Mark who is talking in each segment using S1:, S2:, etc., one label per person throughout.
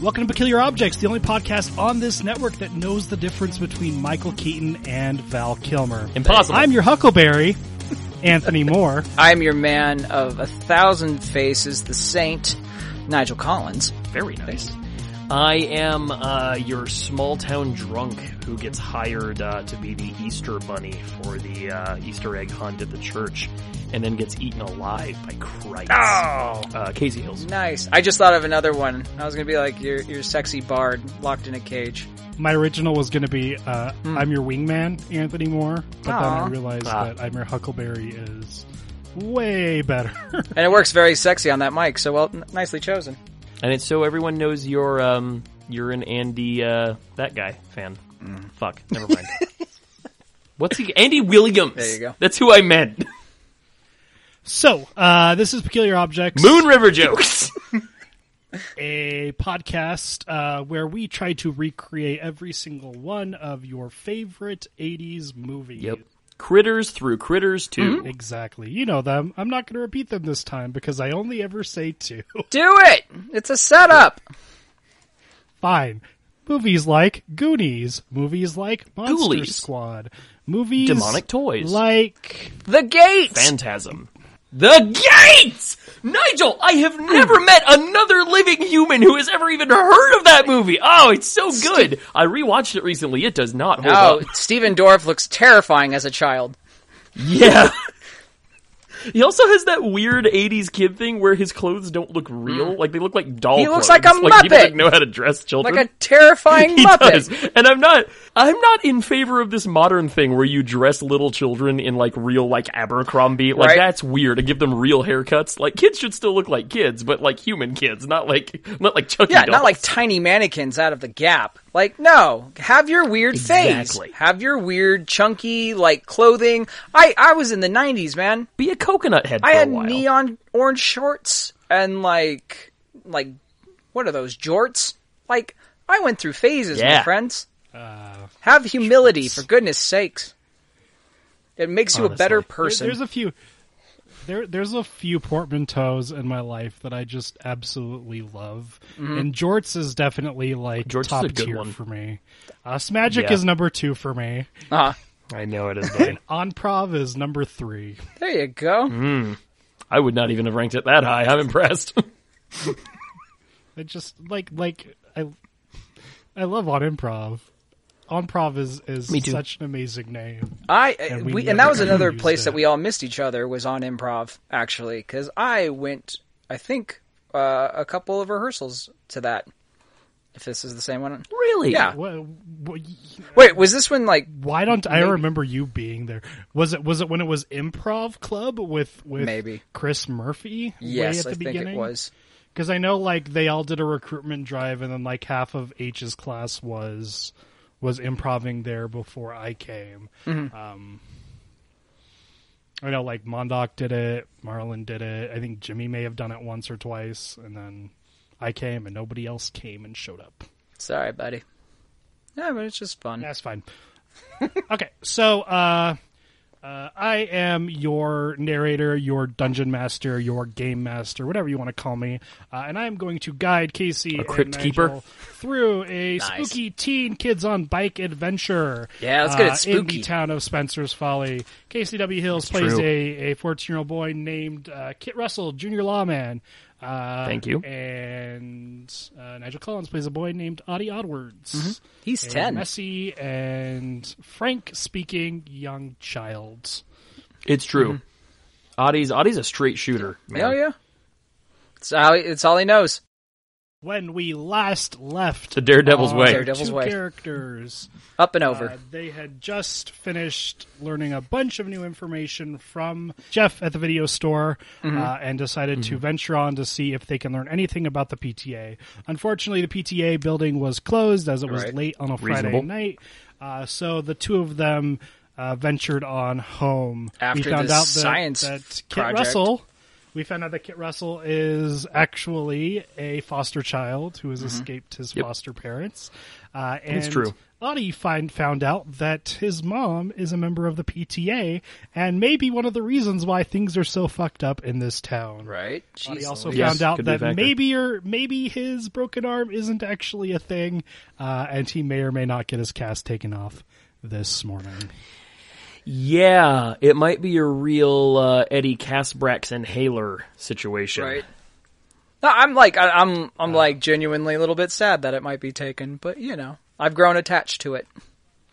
S1: Welcome to Kill Your Objects, the only podcast on this network that knows the difference between Michael Keaton and Val Kilmer.
S2: Impossible.
S1: I'm your Huckleberry, Anthony Moore.
S3: I'm your man of a thousand faces, the saint, Nigel Collins.
S2: Very nice. I am uh, your small town drunk who gets hired uh, to be the Easter bunny for the uh, Easter egg hunt at the church, and then gets eaten alive by Christ.
S3: Oh!
S2: Uh, Casey Hills.
S3: Nice. I just thought of another one. I was gonna be like your your sexy bard locked in a cage.
S1: My original was going to be uh, I'm your wingman, Anthony Moore, but then I
S3: Aw.
S1: realized
S2: Hmm. Ah.
S1: that I'm your Huckleberry is way better.
S3: And it works very sexy on that mic, so well, n- nicely chosen.
S2: And it's so everyone knows you're um you're an Andy uh that guy fan.
S3: Mm.
S2: Fuck, never mind. What's he? Andy Williams.
S3: There you go.
S2: That's who I meant.
S1: so, uh, this is Peculiar Objects.
S2: Moon River jokes.
S1: a podcast uh, where we try to recreate every single one of your favorite 80s movies.
S2: yep. Critters through critters
S3: Mm-hmm.
S2: too.
S1: Exactly. You know them. I'm not going to repeat them this time because I only ever say two.
S3: Do it. It's a setup.
S1: Fine. Movies like Goonies, movies like Monster
S2: Ghoulies.
S1: Squad, movies
S2: Demonic toys.
S1: like
S3: The gate.
S2: Phantasm. The gates. Nigel, I have never met another living human who has ever even heard of that movie. Oh, it's so good. I rewatched it recently. It does not hold
S3: Oh,
S2: up.
S3: Stephen Dorff looks terrifying as a child.
S2: Yeah. He also has that weird '80s kid thing where his clothes don't look real; like they look like doll.
S3: Mm. He
S2: clothes.
S3: looks like a
S2: He doesn't
S3: Muppet.
S2: know how to dress children.
S3: Like a terrifying
S2: he
S3: Muppet.
S2: does. And I'm not. I'm not in favor of this modern thing where you dress little children in like real, like Abercrombie. Like
S3: Right.
S2: that's weird. And give them real haircuts. Like kids should still look like kids, but like human kids, not like not like Chucky.
S3: Yeah,
S2: dolls.
S3: not like tiny mannequins out of the gap. Like, no, have your weird
S2: Exactly.
S3: face. Have your weird chunky like clothing. I I was in the '90s, man.
S2: be a coconut head.
S3: I
S2: for
S3: had
S2: a while.
S3: neon orange shorts and like like what are those jorts? Like I went through phases,
S2: Yeah.
S3: my friends.
S1: Uh,
S3: have humility, for goodness sakes. It
S2: Oh,
S3: makes you a better
S2: Honestly.
S1: there-
S3: person.
S1: there's a few there there's a few portmanteaus in my life that I just absolutely love. And Jorts is definitely like
S2: Mm-hmm. Jorts is
S1: top
S2: a good
S1: tier
S2: one.
S1: for me. Uh, Smagic
S2: Yeah.
S1: is number 2 for me.
S3: Uh-huh.
S2: I know it is. Dane.
S1: Onprov is number 3.
S3: There you go.
S2: I would not even have ranked it that high. I'm impressed.
S1: It just like like I I love on improv. On improv is is
S2: Me too.
S1: such an amazing name.
S3: I
S1: And
S3: and,
S1: we
S3: we, and that was
S1: never
S3: another
S1: used
S3: place that.
S1: that.
S3: we all missed each other was on improv actually because I went I think uh, a couple of rehearsals to that. If this is the same one,
S2: really?
S3: yeah.
S1: What, what,
S3: Wait, was this one like
S1: why don't I remember you being there? Was it was it when it was improv club with with
S3: Maybe.
S1: Chris Murphy? way
S3: yes?
S1: at the
S3: I think
S1: beginning?
S3: it was.
S1: because I know like they all did a recruitment drive, and then like half of H's class was was improving there before I came. Um, I know like Mondoc did it, Marlon did it. I think Jimmy may have done it once or twice, and then I came, and nobody else came and showed up.
S3: Sorry, buddy. Yeah, but it's just fun.
S1: That's fine. okay, so uh, uh, I am your narrator, your dungeon master, your game master, whatever you want to call me, uh, and I am going to guide Casey and
S2: crypt
S1: Nigel
S2: keeper?
S1: through a
S3: Nice.
S1: spooky teen kids on bike adventure.
S3: Yeah, let's get it
S1: uh, In
S3: spooky.
S1: the town of Spencer's Folly, Casey W. Hills plays
S2: true.
S1: a a fourteen year old boy named uh, Kit Russell, junior lawman. Uh,
S2: Thank you.
S1: And uh, Nigel Collins plays a boy named Audie Odwards
S2: Mm-hmm.
S3: He's
S1: and
S3: ten.
S1: Messy and Frank speaking young child.
S2: It's true. Audie's Audie's a straight shooter. Man.
S3: Mm-hmm. Oh yeah. It's all, it's all he knows.
S1: When we last left
S2: The Daredevil's
S1: our
S2: way.
S3: Daredevil's
S1: two
S3: way.
S1: characters,
S3: Up and over.
S1: uh, they had just finished learning a bunch of new information from Jeff at the video store
S3: Mm-hmm.
S1: uh, and decided to venture on to see if they can learn anything about the PTA. Unfortunately, the PTA building was closed as it was
S3: Right.
S1: late on a
S2: Reasonable.
S1: Friday night, uh, so the two of them uh, ventured on home.
S3: After
S1: we found
S3: this
S1: out that,
S3: science
S1: that Kit
S3: project.
S1: Russell. We found out that Kit Russell is
S3: Mm-hmm.
S1: actually a foster child who has escaped his
S2: Yep.
S1: foster parents. Uh, and
S2: That's true.
S1: Lottie find, found out that his mom is a member of the PTA and maybe one of the reasons why things are so fucked up in this town.
S3: Right?
S1: He
S3: Jeez
S1: also
S3: Louise.
S4: Yes,
S1: found out
S4: could be a
S1: that
S4: factor.
S1: maybe your maybe his broken arm isn't actually a thing, uh, and he may or may not get his cast taken off this morning.
S4: Yeah, it might be a real uh, Eddie Casbrax inhaler situation.
S3: right. No, I'm like I, I'm
S1: Uh.
S3: I'm like genuinely a little bit sad that it might be taken, but you know, I've grown attached to it.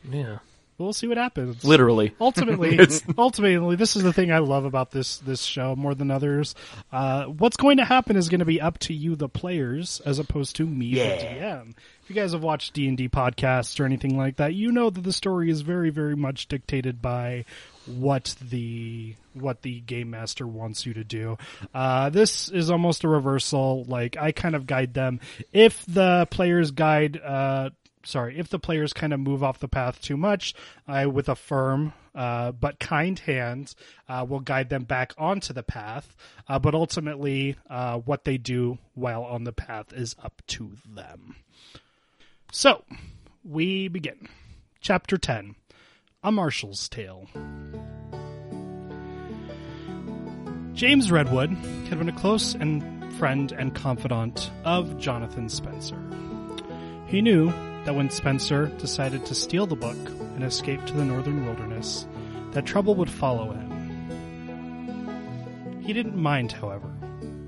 S4: Yeah.
S1: We'll see what happens.
S4: Literally.
S1: ultimately ultimately this is the thing i love about this this show more than others uh, what's going to happen is going to be up to you the players as opposed to me the dm if you guys have watched d&d podcasts or anything like that you know that the story is very very much dictated by what the what the game master wants you to do uh, this is almost a reversal like i kind of guide them if the players guide uh, sorry, if the players kind of move off the path too much, I, with a firm uh, but kind hand, uh, will guide them back onto the path. Uh, but ultimately, uh, what they do while on the path is up to them. So, we begin. Chapter 10 A Marshal's Tale. James Redwood had been a close and friend and confidant of Jonathan Spencer. He knew that when Spencer decided to steal the book and escape to the northern wilderness, that trouble would follow him. He didn't mind, however.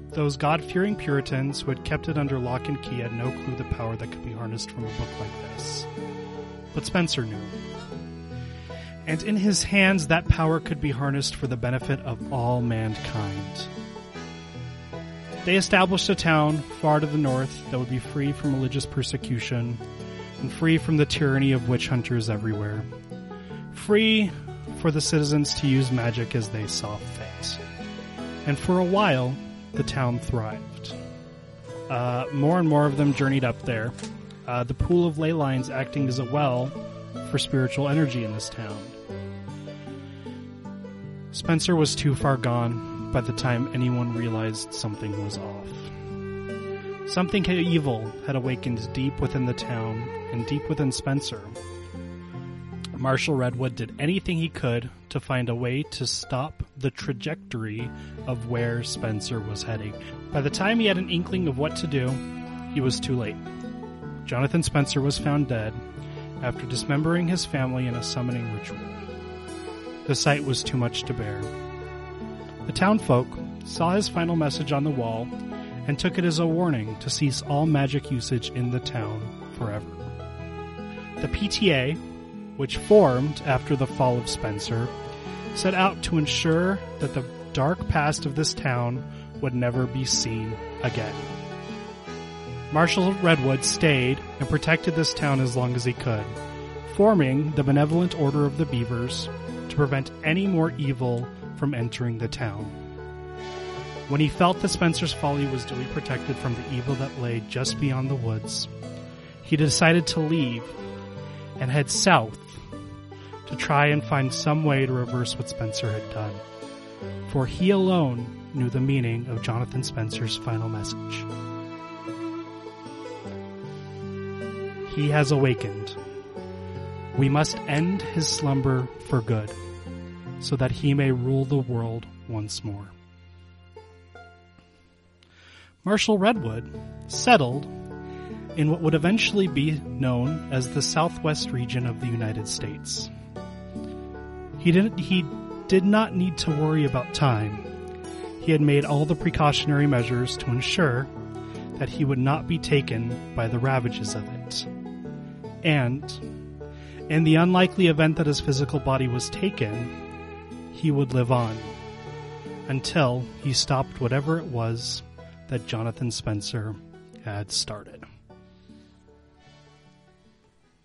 S1: Those God fearing Puritans who had kept it under lock and key had no clue the power that could be harnessed from a book like this. But Spencer knew. And in his hands, that power could be harnessed for the benefit of all mankind. They established a town far to the north that would be free from religious persecution and free from the tyranny of witch hunters everywhere. Free for the citizens to use magic as they saw fit. And for a while, the town thrived. Uh, more and more of them journeyed up there, uh, the pool of ley lines acting as a well for spiritual energy in this town. Spencer was too far gone by the time anyone realized something was off. Something had- evil had awakened deep within the town and deep within Spencer. Marshall Redwood did anything he could to find a way to stop the trajectory of where Spencer was heading. By the time he had an inkling of what to do, he was too late. Jonathan Spencer was found dead after dismembering his family in a summoning ritual. The sight was too much to bear. The townfolk saw his final message on the wall and took it as a warning to cease all magic usage in the town forever. The PTA, which formed after the fall of Spencer, set out to ensure that the dark past of this town would never be seen again. Marshal Redwood stayed and protected this town as long as he could, forming the Benevolent Order of the Beavers to prevent any more evil from entering the town. When he felt that Spencer's Folly was duly protected from the evil that lay just beyond the woods, he decided to leave and head south to try and find some way to reverse what Spencer had done. For he alone knew the meaning of Jonathan Spencer's final message. He has awakened. We must end his slumber for good, so that he may rule the world once more. Marshal Redwood settled in what would eventually be known as the southwest region of the United States. He didn't he did not need to worry about time. He had made all the precautionary measures to ensure that he would not be taken by the ravages of it. And in the unlikely event that his physical body was taken, he would live on until he stopped whatever it was that Jonathan Spencer had started.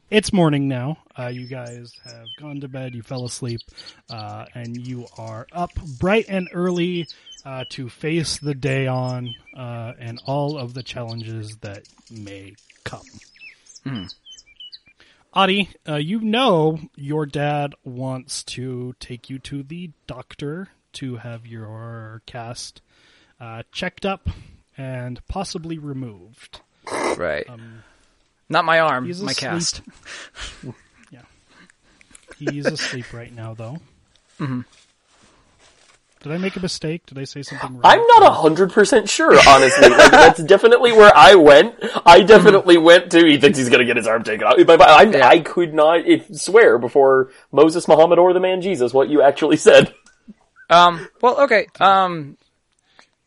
S1: It's morning now. Uh, you guys have gone to bed, you fell asleep, uh, and you are up bright and early uh, to face the day on uh, and all of the challenges that may come. Adi, uh, you know your dad wants to take you to the doctor to have your cast uh, checked up and possibly removed.
S3: Right. Not my arm,
S1: He's
S3: my
S1: asleep.
S3: cast.
S1: Yeah. He's asleep right now, though.
S3: Mm-hmm.
S1: Did I make a mistake? Did I say something wrong?
S2: I'm not hundred percent sure, honestly. like, that's definitely where I went. I definitely went to. He thinks he's gonna get his arm taken off. But I,
S3: Yeah.
S2: I could not if, swear before Moses, Muhammad, or the man Jesus what you actually said.
S3: Um, well, okay. Um,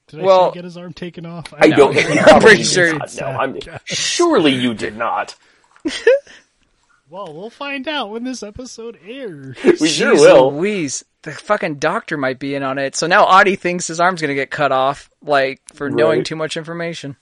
S1: Did I
S3: well-
S1: say get his arm taken off?
S2: I don't. think you probably
S3: pretty
S2: did
S3: sure
S2: not.
S1: it's
S2: No,
S1: that
S2: I'm, surely you did not.
S1: Well, we'll find out when this episode airs.
S2: We sure
S3: jeez
S2: will.
S3: Louise, the fucking doctor might be in on it. So now Audie thinks his arm's gonna get cut off, like for knowing
S2: Right.
S3: too much information.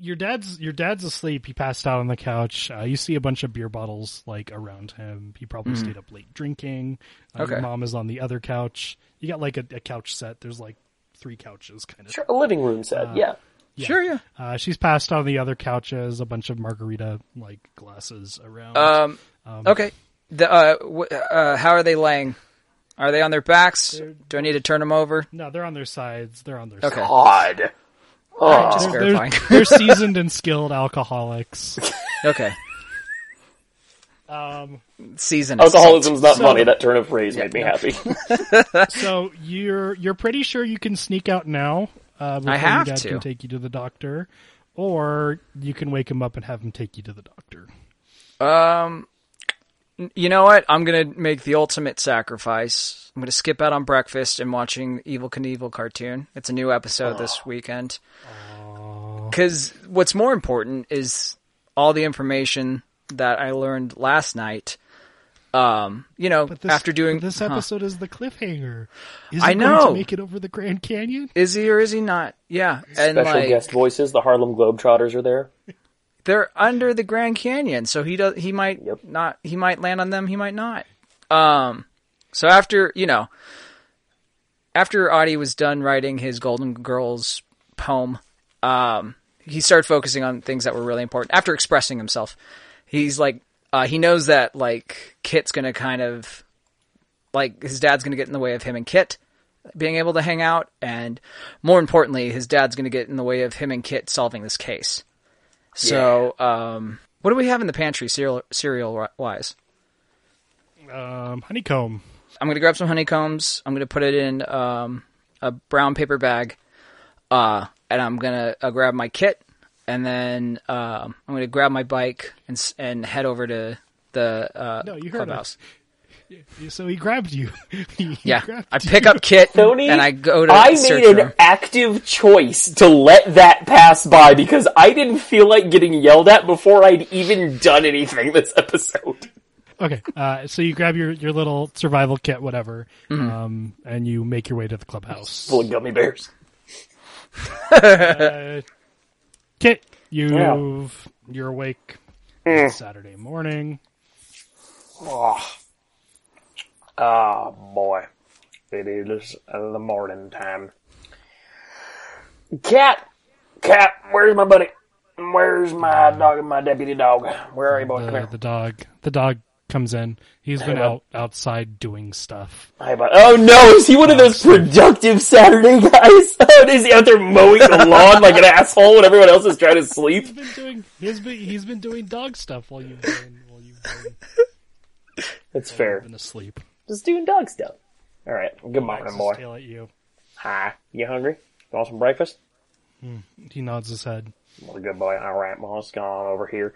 S1: Your dad's your dad's asleep. He passed out on the couch. Uh, you see a bunch of beer bottles like around him. He probably stayed up late drinking. Uh, Your
S3: Mm-hmm. Okay.
S1: mom is on the other couch. You got like a, a couch set. There's like three couches kind of.
S2: Sure, a living room said. yeah.
S3: Sure, yeah.
S1: Uh, she's passed on the other couches. A bunch of margarita like glasses around.
S3: Um, okay. The, uh, w- uh, how are they laying? Are they on their backs? Do I need to turn them over?
S1: no, they're on their sides. They're on their
S3: Okay.
S1: sides.
S2: Odd.
S3: Just
S1: They're, they're,
S3: verifying.
S1: they're seasoned and skilled alcoholics.
S3: Okay.
S1: Um,
S3: Season. is-
S2: Alcoholism's not
S1: So-
S2: funny. That turn of phrase made me happy.
S1: so you're you're pretty sure you can sneak out now. Uh, before
S3: have
S1: your dad
S3: to.
S1: can take you to the doctor, or you can wake him up and have him take you to the doctor.
S3: You know what? I'm gonna make the ultimate sacrifice. I'm gonna skip out on breakfast and watching the Evil Knievel cartoon. It's a new episode this weekend. Because what's more important is all the information that I learned last night. Um, you know,
S1: But this,
S3: after doing
S1: but this
S3: huh.
S1: episode is the cliffhanger. Is
S3: I
S1: he going to
S3: know.
S1: make it over the Grand Canyon?
S3: is he or is he not? Yeah, and
S2: Special
S3: like
S2: guest voices. The Harlem Globetrotters are there.
S3: they're under the Grand Canyon, so he does. He might
S2: Yep.
S3: not. He might land on them. He might not. Um. So after you know, after Audie was done writing his Golden Girls poem, um, he started focusing on things that were really important. After expressing himself, he's like, uh, he knows that like Kit's gonna kind of like his dad's going to get in the way of him and Kit being able to hang out, and more importantly, his dad's going to get in the way of him and Kit solving this case. So, um, what do we have in the pantry cereal cereal wise?
S1: Um, honeycomb.
S3: I'm going to grab some honeycombs. I'm going to put it in um, a brown paper bag, uh, and I'm going to uh, grab my kit, and then um, I'm going to grab my bike and s- and head over to the uh,
S1: No, you heard
S3: clubhouse.
S1: So he grabbed you. he
S3: Yeah,
S1: grabbed
S3: I pick up kit
S2: Tony,
S3: and I go to
S2: I
S3: search
S2: made an
S3: room.
S2: active choice to let that pass by because I didn't feel like getting yelled at before I'd even done anything this episode.
S1: Okay, uh, so you grab your, your little survival kit, whatever,
S3: Mm-hmm.
S1: um, and you make your way to the clubhouse.
S2: Full of gummy bears.
S1: Kit, you've you're awake. It's Saturday morning.
S5: Ah, boy. It is the morning time. Cat! Cat, where's my buddy? Where's my dog and my deputy dog? Where are you, boy? Come
S1: The,
S5: here.
S1: the dog the dog comes in. He's been out outside doing stuff.
S2: Hey, bud. Oh no, is he one of those productive Saturday guys? Oh, is he out there mowing the lawn like an asshole when everyone else is trying to sleep?
S1: He's been doing he's been he's been doing dog stuff while you've been while you've been,
S2: That's fair.
S1: been asleep.
S2: Just doing dog stuff. Alright, good morning,
S1: Just
S2: boy.
S1: tail at you.
S2: Hi. You hungry? You want some breakfast?
S1: He nods his head.
S2: Well, good boy. All right, well, let's go on over here.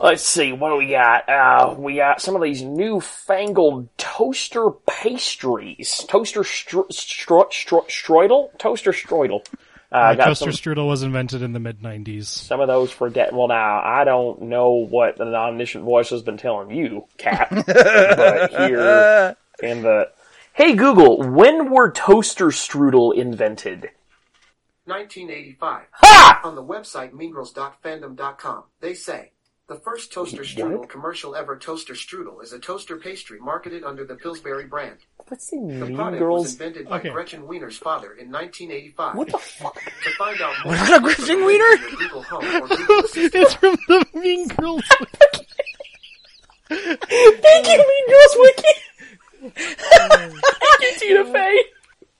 S5: Let's see, what do we got? Uh, we got some of these newfangled toaster pastries.
S2: Toaster stro- stro- stro- stroidel? Toaster stroidel. Uh, I
S1: My
S2: got
S1: toaster
S2: some,
S1: strudel was invented in the mid nineties.
S2: some of those for debt. Well, now, I don't know what the non-omniscient voice has been telling you, Cat, but here in the... Hey, Google, when were toaster strudel invented?
S6: 1985. On the website meangirls.fandom.com, they say the first toaster strudel commercial ever toaster strudel is a toaster pastry marketed under the Pillsbury brand.
S2: Let's see,
S6: The
S2: Mean
S6: product was
S2: Girls...
S6: invented by
S1: Okay.
S6: Gretchen Wiener's father in 1985.
S2: What the fuck?
S6: to find out more,
S3: What about Gretchen Wiener?
S6: your Google Home or Google Assistant.
S1: it's from the Mean Girls.
S2: Thank you, Mean Girls Wiki! Thank you,
S6: Mm.
S2: Tina Fey!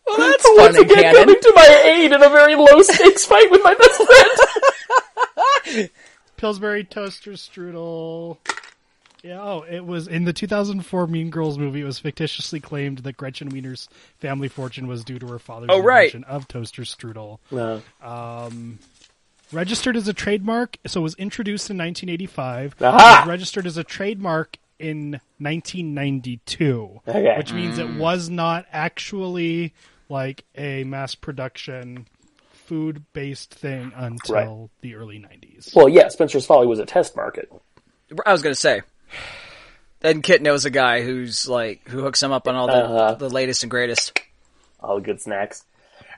S3: Well, that's
S2: Once
S3: fun and
S2: again,
S3: canon.
S2: coming to my aid in a very low stakes fight with my best friend.
S1: Pillsbury toaster strudel. Yeah, oh, it was in the 2004 Mean Girls movie. It was fictitiously claimed that Gretchen Wiener's family fortune was due to her father's
S3: Oh, right.
S1: invention of toaster strudel.
S2: No.
S1: Registered as a trademark, so it was introduced in 1985.
S2: Aha!
S1: It was registered as a trademark in 1992,
S2: Okay.
S1: which means
S2: Mm.
S1: it was not actually like a mass production food-based thing until
S2: Right.
S1: the early 90s.
S2: Well, yeah, Spencer's Folly was a test market.
S3: I was gonna say. And Kit knows a guy who's like who hooks him up on all the
S2: Uh-huh.
S3: the latest and greatest.
S2: All the good snacks.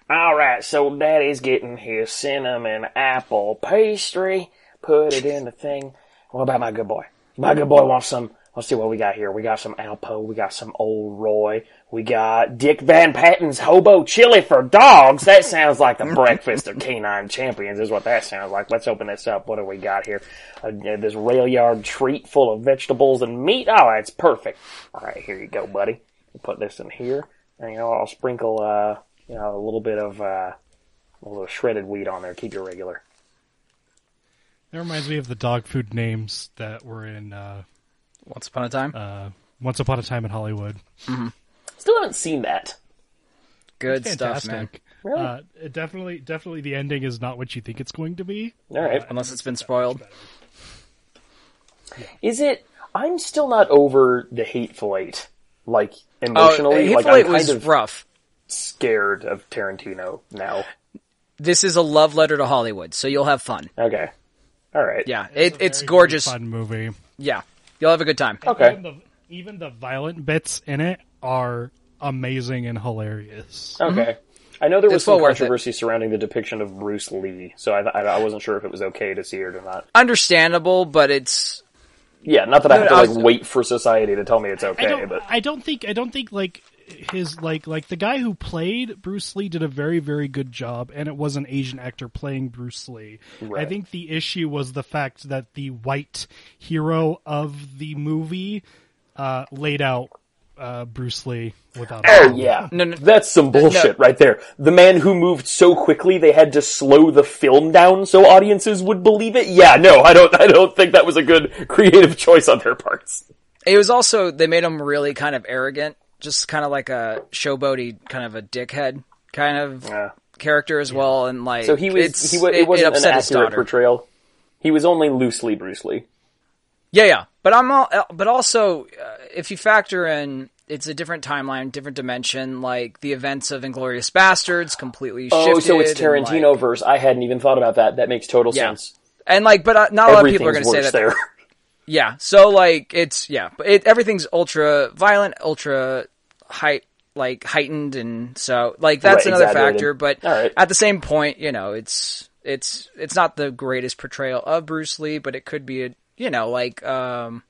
S5: All right, so Daddy's getting his cinnamon apple pastry. Put it in the thing. What about my good boy? My good boy wants some. Let's see what we got here. We got some Alpo. We got some Old Roy. We got Dick Van Patten's Hobo Chili for Dogs. That sounds like the breakfast of canine champions is what that sounds like. Let's open this up. What do we got here? Uh, this rail yard treat full of vegetables and meat. Oh, that's perfect. All right, here you go, buddy. Put this in here. And, you know, I'll sprinkle, uh, you know, a little bit of, uh, a little shredded wheat on there. Keep it regular.
S1: That reminds me of the dog food names that were in uh,
S3: Once upon a time,
S1: uh, Once Upon a Time in Hollywood.
S2: Still haven't seen that.
S3: good stuff, man.
S1: Fantastic. Uh, it definitely, definitely, the ending is not what you think it's going to be.
S2: All right.
S3: Unless it's been spoiled.
S2: Uh, Is it? I'm still not over the Hateful Eight. Like emotionally,
S3: oh,
S2: like
S3: Hateful
S2: I'm
S3: Eight
S2: kind
S3: was
S2: of
S3: rough.
S2: scared of Tarantino now.
S3: This is a love letter to Hollywood, so you'll have fun.
S2: Okay. All right.
S3: Yeah, it, it's,
S1: Very
S3: gorgeous.
S1: fun movie.
S3: Yeah, you'll have a good time.
S2: Okay.
S1: Even the, even the violent bits in it are amazing and hilarious.
S2: Okay. I know there was
S3: Mm-hmm. It's
S2: some
S3: well worth it.
S2: controversy surrounding the depiction of Bruce Lee, so I, I, I wasn't sure if it was okay to see it or not.
S3: Understandable, but it's
S2: Yeah, not that I have to
S3: no, I
S2: like
S3: was-
S2: wait for society to tell me it's
S1: I
S2: okay,
S1: don't,
S2: but
S1: I don't think, I don't think like his like like the guy who played Bruce Lee did a very very good job, and it was an Asian actor playing Bruce Lee. I
S2: Right.
S1: think the issue was the fact that the white hero of the movie uh, laid out uh, Bruce Lee without. a
S2: Oh
S1: problem.
S2: yeah,
S3: No, no.
S2: that's some bullshit right there. The man who moved so quickly they had to slow the film down so audiences would believe it. Yeah, no, I don't. I don't think that was a good creative choice on their parts.
S3: it was also they made him really kind of arrogant, just kind of like a showboaty, kind of a dickhead kind of character as well. And like,
S2: So he was.
S3: it's-
S2: He was.
S3: it,
S2: It wasn't an
S3: upset his
S2: accurate
S3: daughter.
S2: portrayal. He was only loosely Bruce Lee.
S3: Yeah, yeah. But I'm all. But also, uh, if you factor in, it's a different timeline, different dimension. Like the events of Inglorious Bastards completely.
S2: Oh,
S3: shifted
S2: so it's
S3: and, like-
S2: Tarantino verse. I hadn't even thought about that. That makes total
S3: Yeah.
S2: sense.
S3: And like, but uh, not a lot of
S2: Everything's
S3: people are going to say
S2: worse
S3: that.
S2: there.
S3: Yeah. So like, it's yeah, but it, everything's ultra violent, ultra height, like heightened, and so like that's
S2: Right,
S3: another
S2: exaggerated.
S3: factor. But
S2: All right.
S3: at the same point, you know, it's it's it's not the greatest portrayal of Bruce Lee, but it could be a you know like um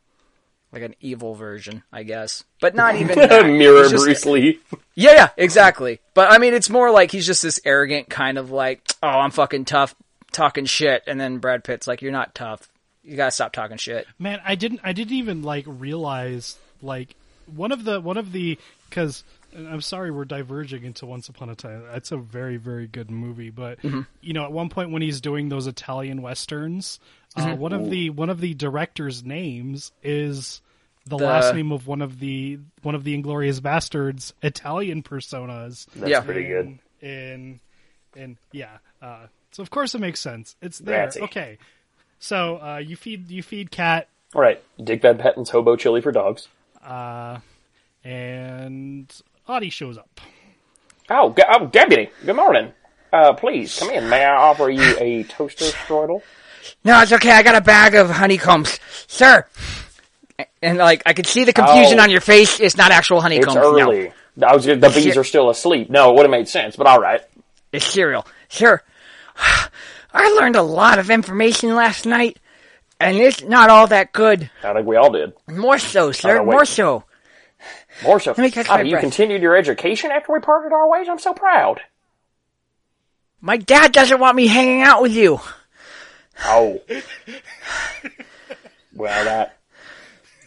S3: like an evil version, I guess, but not even that.
S2: Mirror
S3: It's just-
S2: Bruce Lee.
S3: yeah, yeah, exactly. But I mean, it's more like he's just this arrogant kind of like, oh, I'm fucking tough, talking shit, and then Brad Pitt's like, you're not tough. You gotta stop talking shit.
S1: man i didn't i didn't even like realize like one of the one of the because i'm sorry we're diverging into once upon a time that's a very very good movie but
S2: Mm-hmm.
S1: you know at one point when he's doing those italian westerns uh,
S2: Mm-hmm.
S1: one of the one of the director's names is the, last name of one of the one of the inglorious bastards italian personas
S2: That's
S3: Yeah.
S2: pretty good.
S1: in in yeah. Uh, so of course it makes sense. It's there.
S2: Ratzy.
S1: Okay. So uh, you feed you feed cat
S2: All right, Dick Van Patten's hobo chili for dogs.
S1: and Audie shows up.
S5: Oh, g- oh Deputy, good morning. Uh, please, come in. May I offer you a toaster stroidle?
S3: No, it's okay. I got a bag of honeycombs, sir. And like, I could see the confusion
S5: Oh.
S3: on your face. It's not actual honeycombs.
S5: It's early. I was, gonna- the bees are still asleep. No, it would have made sense, but all right.
S3: it's cereal, sir. I learned a lot of information last night, and it's not all that good.
S5: I think we all did.
S3: More so, sir.
S5: no, wait.
S3: More so.
S5: More so.
S3: Let me catch
S5: Ah,
S3: my
S5: you
S3: breath.
S5: continued your education after we parted our ways? I'm so proud.
S3: My dad doesn't want me hanging out with you.
S5: Oh,
S2: Well, that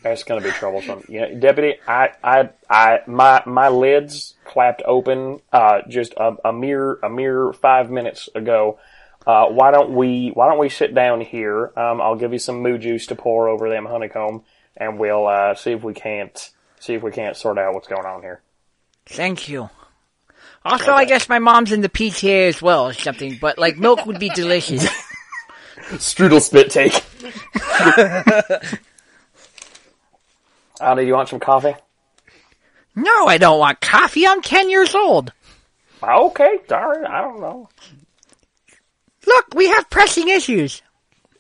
S2: that's going to be troublesome. You know, Deputy, I, I, I, my, my lids clapped open uh, just a, a mere, a mere five minutes ago. Uh, why don't we Why don't we sit down here? Um, I'll give you some moo juice to pour over them honeycomb, and we'll uh, see if we can't see if we can't sort out what's going on here.
S3: Thank you. Also, I guess my mom's in the PTA as well or something, but like milk would be delicious.
S2: Strudel spit take. Anna, Uh, do you want some coffee?
S3: no, I don't want coffee. I'm 10 years old.
S2: Okay, sorry, I don't know.
S3: Look, we have pressing issues.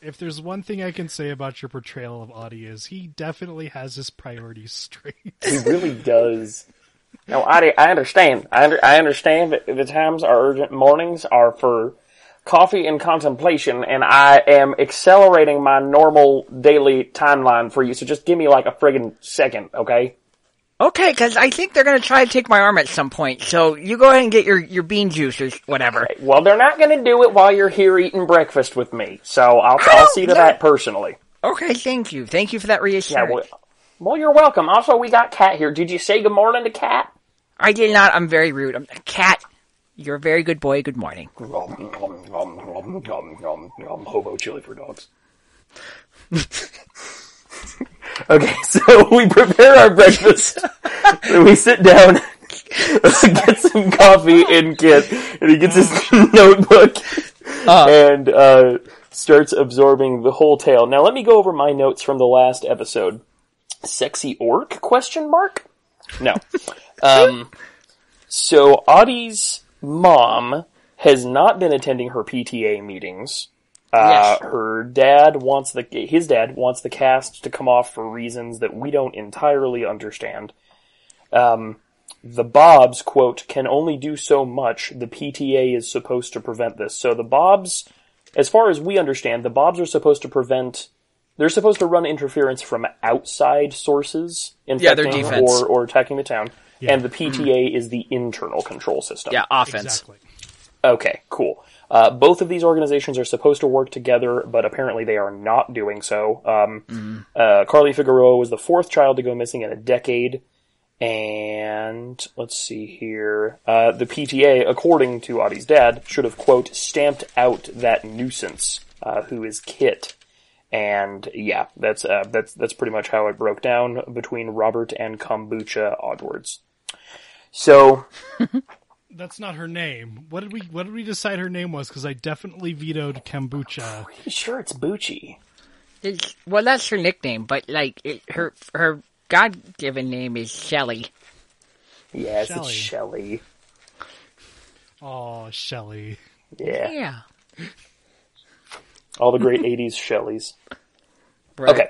S1: If there's one thing I can say about your portrayal of Audie is he definitely has his priorities straight.
S2: He really does. No, I, I understand. I, under, I understand that the times are urgent. Mornings are for coffee and contemplation, and I am accelerating my normal daily timeline for you. So just give me like a friggin' second, okay?
S3: Okay, because I think they're going to try to take my arm at some point. So you go ahead and get your, your bean juice or whatever.
S2: Well, they're not going to do it while you're here eating breakfast with me. So I'll, I'll see to that personally.
S3: Okay, thank you. Thank you for that
S2: Yeah.
S3: reassurance.
S2: Well, well, you're welcome. Also, we got Cat here. Did you say good morning to Cat?
S3: I did not. I'm very rude. I'm cat. You're a very good boy. Good morning.
S2: Nom, nom, nom, nom, nom, nom, nom. Hobo chili for dogs. okay, so we prepare our breakfast. we sit down, get some coffee, and get and he gets his notebook and uh, starts absorbing the whole tale. Now, let me go over my notes from the last episode. Sexy orc? Question mark. No. Um, so Audie's mom has not been attending her PTA meetings. Uh,
S3: Yes.
S2: Her dad wants the his dad wants the cast to come off for reasons that we don't entirely understand. Um, the Bobs quote can only do so much. The PTA is supposed to prevent this. So the Bobs, as far as we understand, the Bobs are supposed to prevent. They're supposed to run interference from outside sources
S3: Yeah, their
S2: infecting
S3: defense.
S2: or or attacking the town, and the PTA is the internal control system.
S3: Yeah, offense.
S1: exactly.
S2: Okay, cool. Uh, both of these organizations are supposed to work together, but apparently they are not doing so. Um, uh, Carly Figueroa was the fourth child to go missing in a decade. And let's see here. Uh, the PTA, according to Audie's dad, should have, quote, stamped out that nuisance, uh, who is Kit. And yeah, that's, uh, that's, that's pretty much how it broke down between Robert and Kombucha Oddwards. So,
S1: That's not her name. What did we what did we decide her name was? Because I definitely vetoed kombucha.
S2: sure, it's Bucci.
S3: It's, well, that's her nickname, but like it, her her God given name is Shelly.
S2: Yes, it's
S1: Shelley.
S2: Shelly.
S1: Oh, Shelly.
S2: Yeah.
S3: Yeah.
S2: All the great 80s Shelleys.
S3: Right.
S2: Okay.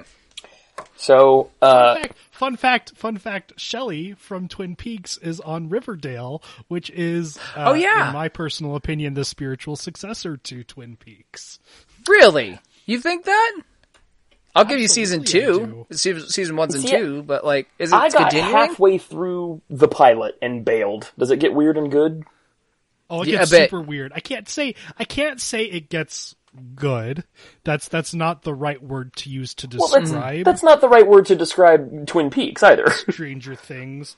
S2: So, uh,
S1: Fun fact, fun fact, fun fact, Shelly from Twin Peaks is on Riverdale, which is, uh,
S3: Oh, yeah.
S1: in my personal opinion, the spiritual successor to Twin Peaks.
S3: Really? You think that? I'll give you season
S1: Absolutely
S3: two, Se- season one's and
S2: See,
S3: two, but like, is it
S2: I got
S3: continuing?
S2: halfway through the pilot and bailed. Does it get weird and good?
S1: Oh, it
S3: Yeah,
S1: gets
S3: I bet.
S1: super weird. I can't say, I can't say it gets good. That's, that's not the right word to use to describe
S2: That's not the right word to describe Twin Peaks either.
S1: Stranger Things.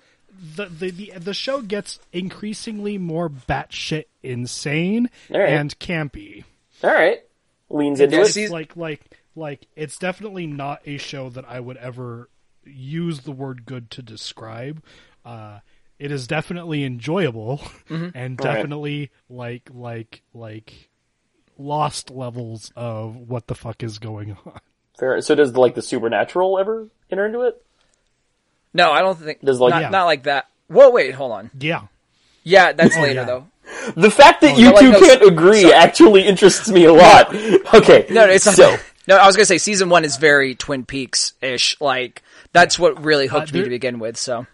S1: The, the the the show gets increasingly more batshit insane
S2: All right.
S1: and campy.
S2: All right. Leans into
S3: Yes,
S2: it.
S3: he's-
S1: like like like it's definitely not a show that I would ever use the word good to describe. Uh, it is definitely enjoyable and definitely like like like lost levels of what the fuck is going on.
S2: Fair. So does like the supernatural ever enter into it?
S3: No, I don't think.
S2: There's like-
S3: not,
S1: Yeah.
S3: not like that. Whoa, wait, hold on.
S1: Yeah.
S3: Yeah, that's
S1: Oh,
S3: later
S1: yeah.
S3: though.
S2: The fact that you
S3: no,
S2: two
S3: like, no,
S2: can't agree actually interests me a lot. Okay.
S3: No, no, it's not.
S2: so.
S3: No, I was gonna say season one is very Twin Peaks ish. Like that's what really hooked me
S1: Uh, there-
S3: to begin with. So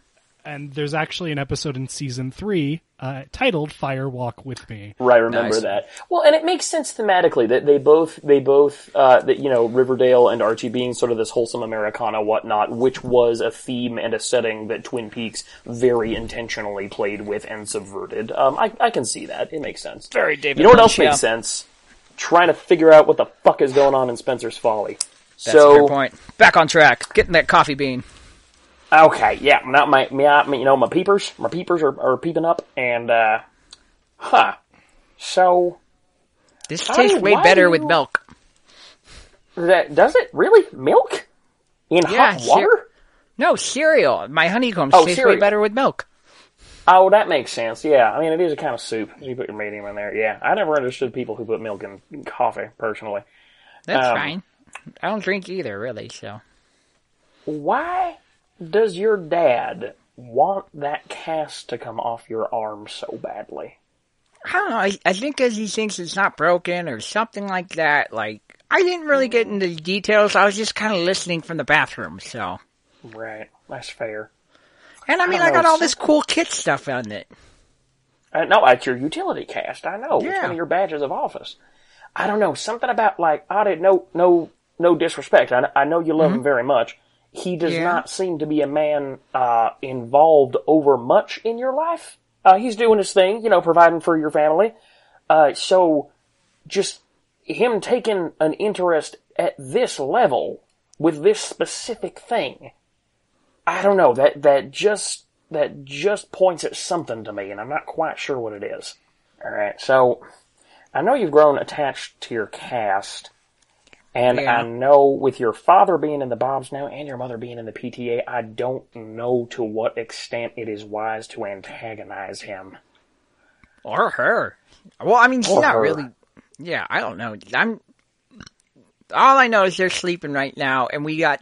S1: And there's actually an episode in season three uh, titled "Fire Walk with Me."
S2: Right, I remember
S3: Nice.
S2: that. Well, and it makes sense thematically that they both, they both, uh, that, you know, Riverdale and Archie being sort of this wholesome Americana whatnot, which was a theme and a setting that Twin Peaks very intentionally played with and subverted. Um, I, I can see that. It makes sense.
S3: very David.
S2: You know what else makes sense? Trying to figure out what the fuck is going on in Spencer's Folly.
S3: That's
S2: so,
S3: a fair point. Back on track. Getting that coffee bean.
S2: Okay, yeah, not my, my, my- you know, my peepers, my peepers are, are peeping up, and uh, huh. So
S3: This
S2: Tommy,
S3: tastes way
S2: why
S3: better
S2: do
S3: with
S2: you-
S3: milk.
S2: That does it really milk in
S3: Yeah,
S2: hot
S3: sure.
S2: water?
S3: No, cereal. My honeycombs
S2: Oh,
S3: taste way
S2: cereal.
S3: better with milk.
S2: Oh, that makes sense. Yeah, I mean it is a kind of soup. You put your medium in there. Yeah, I never understood people who put milk in coffee personally.
S3: That's
S2: Um,
S3: fine. I don't drink either, really, so.
S2: Why does your dad want that cast to come off your arm so badly?
S3: I don't know. I, I think because he thinks it's not broken or something like that. Like, I didn't really get into the details. I was just kind of listening from the bathroom, so.
S2: Right, that's fair.
S3: And I mean, I,
S2: don't
S3: got
S2: know,
S3: all this cool kid stuff on it.
S2: Uh, no, it's your utility cast. I know. It's
S3: Yeah.
S2: one of your badges of office. I don't know. Something about like I did no no no disrespect. I, I know you love him very much. He does
S3: Mm-hmm. Yeah.
S2: not seem to be a man uh, involved over much in your life. Uh, he's doing his thing, you know, providing for your family. Uh, so just him taking an interest at this level with this specific thing. I don't know. That that just that just points at something to me, and I'm not quite sure what it is. All right, so I know you've grown attached to your cast, and
S3: Yeah.
S2: I know with your father being in the Bobs now and your mother being in the PTA, I don't know to what extent it is wise to antagonize him.
S3: Or her. Well, I mean, she's
S2: Or
S3: not
S2: her.
S3: really. Yeah, I don't know. I'm. All I know is they're sleeping right now, and we got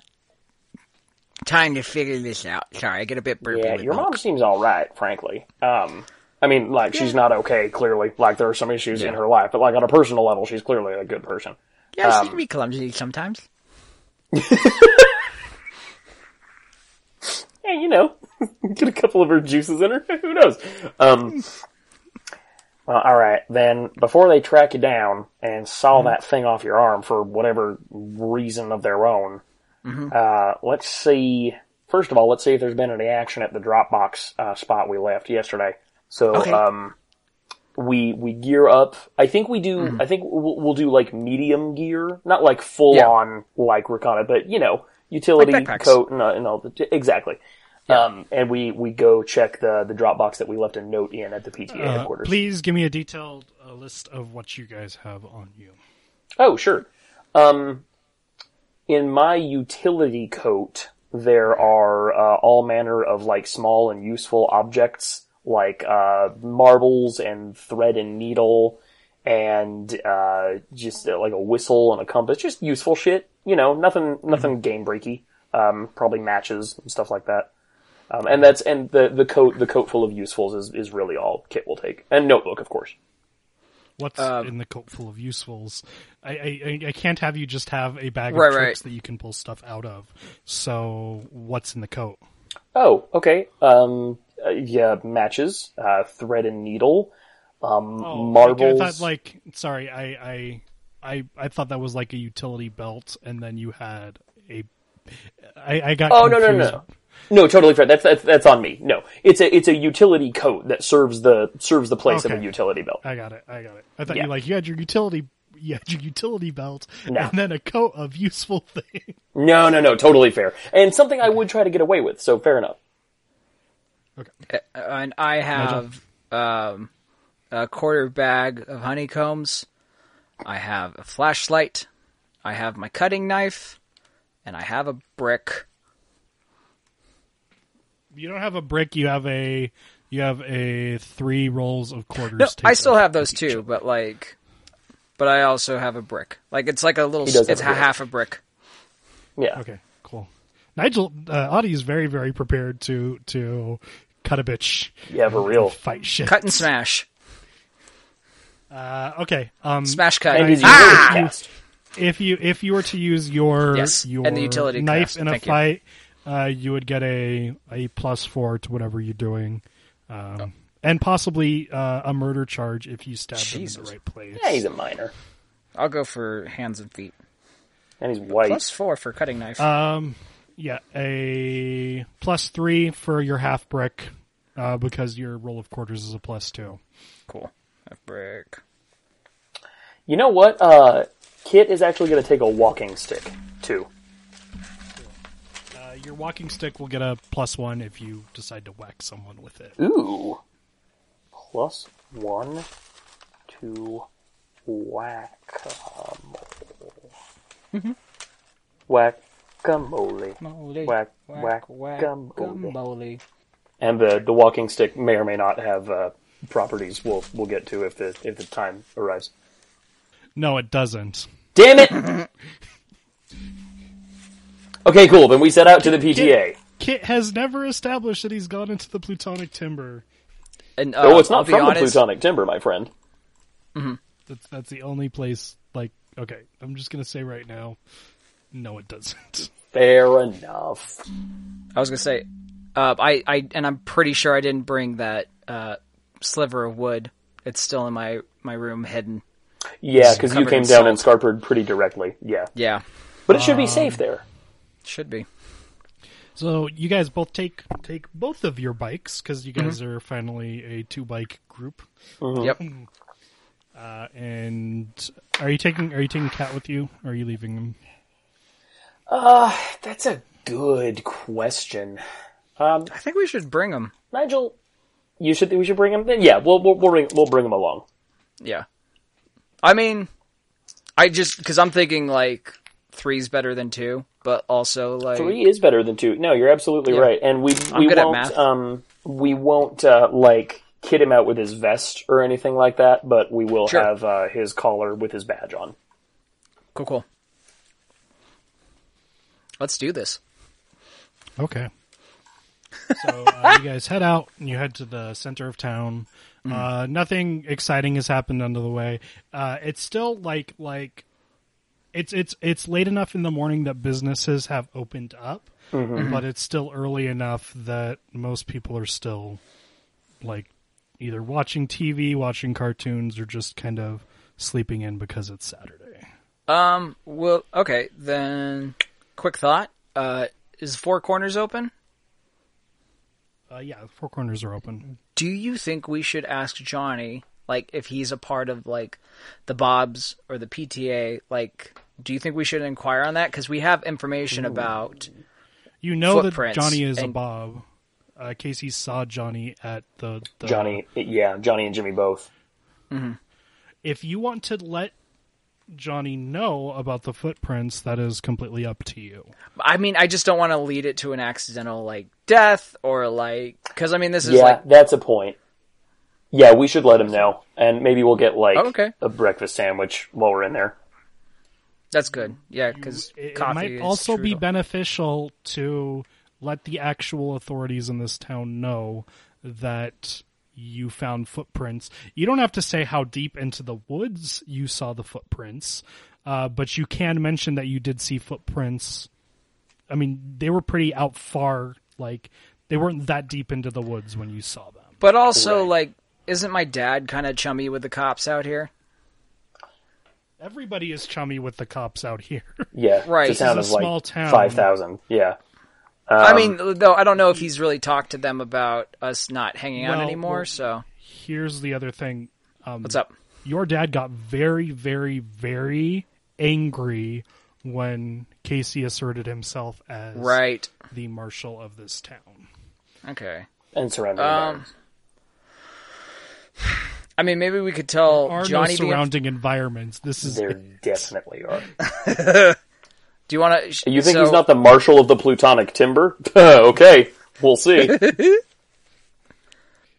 S3: time to figure this out. Sorry, I get a bit burpy.
S2: Yeah,
S3: with
S2: your
S3: milk.
S2: mom seems all right, frankly. Um, I mean, like she's not okay, clearly. Like there are some issues in her life, but like on a personal level, she's clearly a good person.
S3: Yeah, she
S2: um,
S3: can be clumsy sometimes.
S2: Yeah, Eh, you know, get a couple of her juices in her. Who knows? Um, well, all right. Then before they track you down and saw
S3: Mm-hmm.
S2: that thing off your arm for whatever reason of their own,
S3: Mm-hmm.
S2: uh, let's see. First of all, let's see if there's been any action at the Dropbox uh, spot we left yesterday. So,
S3: Okay.
S2: um, we we gear up. I think we do.
S3: Mm-hmm.
S2: I think we'll, we'll do like medium gear, not like full
S3: Yeah.
S2: on like Rakana, but you know, utility
S3: backpacks.
S2: coat and, uh, and all the exactly. Um, and we, we go check the, the Dropbox that we left a note in at the PTA
S1: Uh,
S2: headquarters.
S1: please give me a detailed uh, list of what you guys have on you.
S2: Oh, sure. Um, in my utility coat, there are uh, all manner of like small and useful objects, like uh, marbles and thread and needle, and uh, just uh, like a whistle and a compass. Just useful shit, you know. Nothing, nothing game breaky. Um, probably matches and stuff like that. Um, and that's and the the coat the coat full of usefuls is is really all Kit will take, and notebook, of course.
S1: What's
S3: Um,
S1: in the coat full of usefuls? I, I I- I can't have you just have a bag of
S3: Right,
S1: tricks
S3: right.
S1: that you can pull stuff out of. So what's in the coat?
S2: Oh, okay. Um, uh, yeah, matches, uh, thread and needle, um,
S1: Like,
S2: marbles.
S1: Oh, I thought like sorry, I, I I I thought that was like a utility belt, and then you had a. I, I got.
S2: oh no no
S1: confused.
S2: no no totally fair. That's, that's that's on me. No, it's a it's a utility coat that serves the serves the place of
S1: Okay.
S2: a utility belt.
S1: I got it. I got it. I thought
S2: Yeah.
S1: you like you had your utility. You had your utility belt,
S2: No.
S1: and then a coat of useful things.
S2: No no no totally fair. And something I would try to get away with. So fair enough.
S3: Uh, and I have um, a quarter bag of honeycombs. I have a flashlight. I have my cutting knife, and I have a brick.
S1: You don't have a brick. You have a. You have a three rolls of quarters.
S3: No, I
S1: taken.
S3: still have those too, but like, but I also have a brick. Like it's like a little,
S2: He does
S3: it's
S2: have a
S3: a
S2: brick.
S3: half a brick.
S2: Yeah.
S1: Okay, cool. Nigel, uh, Audie is very, very prepared to to cut a bitch,
S2: Yeah, for real.
S1: fight shit.
S3: Cut and smash,
S1: Uh, okay. Um,
S3: smash cut.
S2: And his
S3: Ah!
S2: utility cast.
S1: if you if you were to use your
S3: Yes, and
S1: your
S3: the utility
S1: knife
S3: class.
S1: in a
S3: Thank you.
S1: fight, uh, you would get a a plus four to whatever you're doing, um,
S3: Oh.
S1: and possibly uh, a murder charge if you stab them in
S3: Jesus.
S1: the right place.
S2: Yeah, he's a minor,
S3: I'll go for hands and feet.
S2: and he's white.
S3: Plus four for cutting knife.
S1: Yeah, a plus three for your half brick uh, because your roll of quarters is a plus two.
S3: cool. A brick.
S2: You know what? Uh, Kit is actually going to take a walking stick too.
S1: Uh, your walking stick will get a plus one if you decide to whack someone with it.
S2: Ooh. Plus one to Whack Mm-hmm. whack a mole. Whack whack oh, a mole. And the, the walking stick may or may not have uh, properties we'll we'll get to if the if the time arrives.
S1: No, it doesn't.
S2: Damn it! okay, cool. Then we set out to the PTA.
S1: Kit has never established that he's gone into the plutonic timber.
S3: And uh,
S2: Oh, it's
S3: I'll
S2: not
S3: be
S2: from
S3: honest,
S2: the plutonic timber, my friend.
S1: That's, that's the only place. Like, okay, I'm just gonna say right now, no, it doesn't.
S2: Fair enough.
S3: I was gonna say, uh, I, I, and I'm pretty sure I didn't bring that uh, sliver of wood. It's still in my my room, hidden.
S2: Yeah, because you
S3: covered
S2: came
S3: in
S2: down in Scarpard pretty directly. Yeah,
S3: Yeah,
S2: but it should be safe there.
S3: should be.
S1: So you guys both take take both of your bikes because you guys are finally a two bike group.
S2: Mm-hmm.
S3: Yep.
S1: Uh, and are you taking are you taking Cat with you? or Are you leaving them?
S2: That's a good question, um,
S3: I think we should bring them.
S2: Nigel. You should we should bring him. Yeah, we'll we'll we'll bring, we'll bring him along.
S3: Yeah. I mean, I just because I'm thinking like three's better than two, but also like
S2: Three is better than two. No, you're absolutely
S3: Yeah.
S2: right. And we
S3: I'm
S2: we
S3: good at
S2: won't
S3: math.
S2: um we won't uh, like kid him out with his vest or anything like that. But we will
S3: Sure.
S2: have uh, his collar with his badge on.
S3: cool, cool. Let's do this.
S1: Okay. So uh, you guys head out and you head to the center of town. Uh, nothing exciting has happened under the way. Uh, it's still like like it's it's it's late enough in the morning that businesses have opened up, but it's still early enough that most people are still like either watching TV, watching cartoons, or just kind of sleeping in because it's Saturday.
S3: Um. Well. Okay. Then. Quick thought. Uh. Is four corners open?
S1: Uh, yeah, the four corners are open.
S3: do you think we should ask Johnny, like, if he's a part of like the Bob's or the PTA? Like, do you think we should inquire on that? Because we have information about.
S1: You know that
S3: footprints
S1: Johnny is a
S3: and-
S1: Bob. Uh, Casey saw Johnny at the, the
S2: Johnny, yeah, Johnny and Jimmy both.
S1: If you want to let Johnny know about the footprints, that is completely up to you.
S3: I mean, I just don't want to lead it to an accidental like death or like because I mean this is
S2: yeah,
S3: like
S2: that's a point. Yeah, we should let him know, and maybe we'll get like
S3: Oh, okay.
S2: a breakfast sandwich while we're in there.
S3: that's good. Yeah, because
S1: It, it
S3: coffee
S1: might
S3: is
S1: also be
S3: strudel.
S1: beneficial to let the actual authorities in this town know that you found footprints. You don't have to say how deep into the woods you saw the footprints, uh, but you can mention that you did see footprints. I mean, they were pretty out far, like, they weren't that deep into the woods when you saw them.
S3: But also like, isn't my dad kind of chummy with the cops out here?
S1: Everybody is chummy with the cops out here.
S2: Yeah,
S3: Right.
S2: It's a town
S1: This is
S2: of
S1: a small
S2: like
S1: town.
S2: five thousand. Yeah, Um,
S3: I mean, though I don't know if he's really talked to them about us not hanging out
S1: Well,
S3: anymore.
S1: well- um,
S3: so
S1: Here's the other thing
S3: what's up?
S1: your dad got very, very, very angry when Casey asserted himself as
S3: Right.
S1: the marshal of this town.
S3: Okay.
S2: and surrounding.
S3: Um,
S2: Um,
S3: I mean, maybe we could tell
S1: Are
S3: Johnny.
S1: no surrounding environments. This is
S2: there definitely are.
S3: do you want to?
S2: You think he's not the marshal of the plutonic timber? okay, we'll see.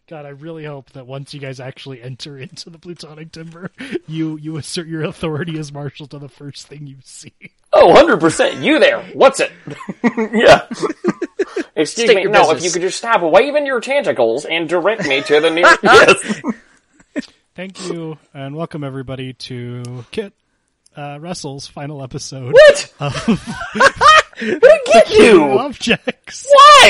S1: God. I really hope that once you guys actually enter into the plutonic timber, you you assert your authority as marshal to the first thing you see.
S2: oh, 100%. You there. What's it? yeah.
S5: Excuse
S3: State
S5: me.
S3: your
S5: No,
S3: business.
S5: if you could just stop waving your tentacles and direct me to the nearest. yes.
S1: Thank you and welcome everybody to Kit uh, Russell's final episode
S2: What? Get
S1: of
S2: you!
S1: Objects.
S2: Why?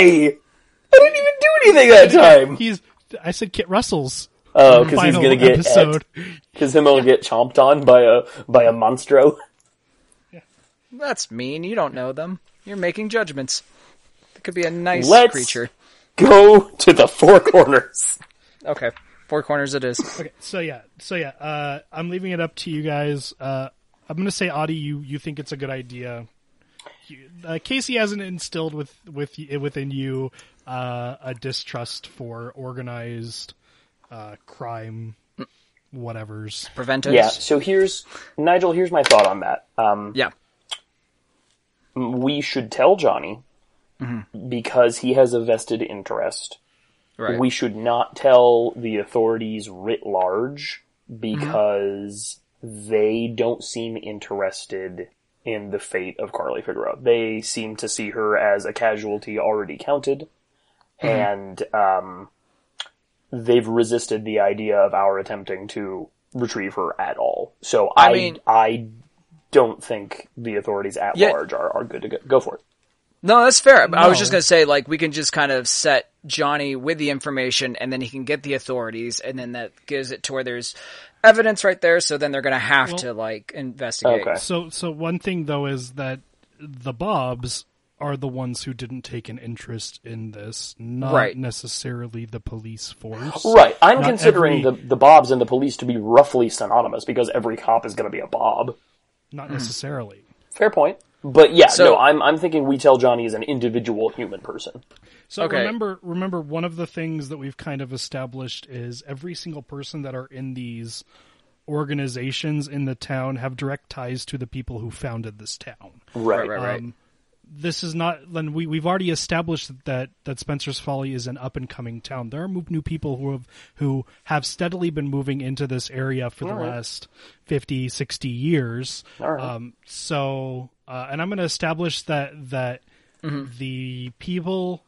S2: I didn't even do anything that time.
S1: He's I said Kit Russell's
S2: Oh, because he's
S1: final
S2: gonna get
S1: episode.
S2: because him will get chomped on by a by a monstro.
S3: That's mean. You don't know them. You're making judgments. It could be a nice
S2: Let's-
S3: creature.
S2: Go to the four corners.
S3: Okay, four corners. It is.
S1: Okay, so yeah, so yeah, uh, I'm leaving it up to you guys. Uh, I'm gonna say, Adi, you you think it's a good idea? You- Uh, Casey hasn't instilled with with y- within you uh, a distrust for organized uh, crime whatevers.
S3: Prevent us.
S2: Yeah. So here's Nigel. Here's my thought on that. Um,
S3: Yeah.
S2: we should tell Johnny because he has a vested interest.
S3: Right.
S2: We should not tell the authorities writ large
S3: Mm-hmm.
S2: because they don't seem interested in the fate of Carly Figueroa. They seem to see her as a casualty already counted,
S3: Mm-hmm.
S2: and um, they've resisted the idea of our attempting to retrieve her at all. So I, I,
S3: mean-
S2: don't think the authorities at
S3: Yeah.
S2: large are, are good to go. Go for it.
S3: No, that's fair. I was just
S1: No.
S3: gonna say, like, we can just kind of set Johnny with the information, and then he can get the authorities, and then that gives it to where there's evidence right there. So then they're gonna have to like investigate.
S2: Okay.
S1: So so one thing though is that the Bobs are the ones who didn't take an interest in this, not
S3: Right.
S1: necessarily the police force.
S2: Right. I'm
S1: Not
S2: considering
S1: every-
S2: the, the Bobs and the police to be roughly synonymous because every cop is going to be a Bob.
S1: Not necessarily.
S2: Fair point. But yeah,
S3: So-
S2: no, I'm, I'm thinking we tell Johnny is an individual human person.
S1: So
S3: Okay.
S1: remember, remember one of the things that we've kind of established is every single person that are in these organizations in the town have direct ties to the people who founded this town.
S2: Right.
S3: Right, right, right.
S1: Um, this is not. Then we we've already established that that Spencer's Folly is an up and coming town. There are mo- new people who have who have steadily been moving into this area for the last 50, 60 years. Um, so, uh, and I'm going to establish that that the people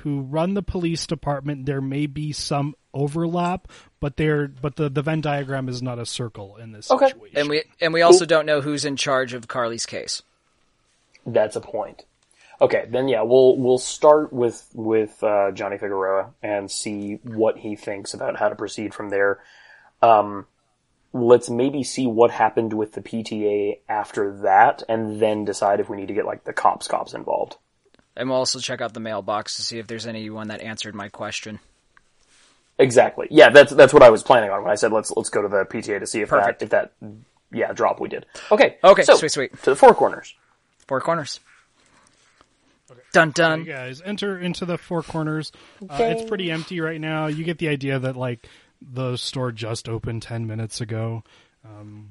S1: who run the police department there may be some overlap, but they're but the the Venn diagram is not a circle in this
S2: Okay.
S1: situation.
S3: And we and we also don't know who's in charge of Carly's case.
S2: That's a point. Okay, then yeah, we'll we'll start with with uh, Johnny Figueroa and see what he thinks about how to proceed from there. Um, let's maybe see what happened with the PTA after that, and then decide if we need to get like the cops cops involved.
S3: And we'll also check out the mailbox to see if there's anyone that answered my question.
S2: Exactly. Yeah, that's that's what I was planning on when I said let's let's go to the PTA to see if
S3: Perfect.
S2: that if that yeah drop we did. Okay.
S3: Okay,
S2: So,
S3: sweet, sweet.
S2: To the four corners.
S3: Four corners. Dun dun.
S1: you guys enter into the four corners uh, it's pretty empty right now you get the idea that like the store just opened 10 minutes ago um,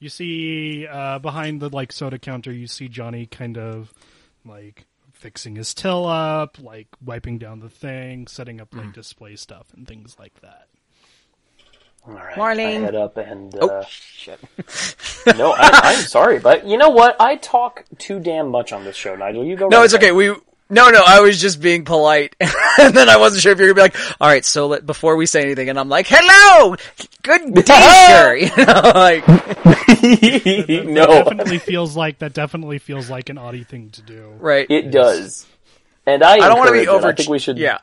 S1: you see uh, behind the like soda counter you see johnny kind of like fixing his till up like wiping down the thing setting up like display stuff and things like that
S2: All right.
S3: Marlene.
S2: I head up and
S3: Oh,
S2: uh, shit. no, I, I'm sorry, but you know what? I talk too damn much on this show, Nigel. You go.
S3: No,
S2: right
S3: it's okay.
S2: ahead.
S3: We no, no. I was just being polite, and then I wasn't sure if you were gonna be like, "All right, so let, before we say anything," and I'm like, "Hello, good day, sir." You know, like,
S2: no,
S1: definitely feels like that definitely feels like an oddie thing to do
S3: right?
S2: it does. And I,
S3: I don't want to be
S2: encourage it.
S3: over.
S2: I think we should.
S3: Yeah,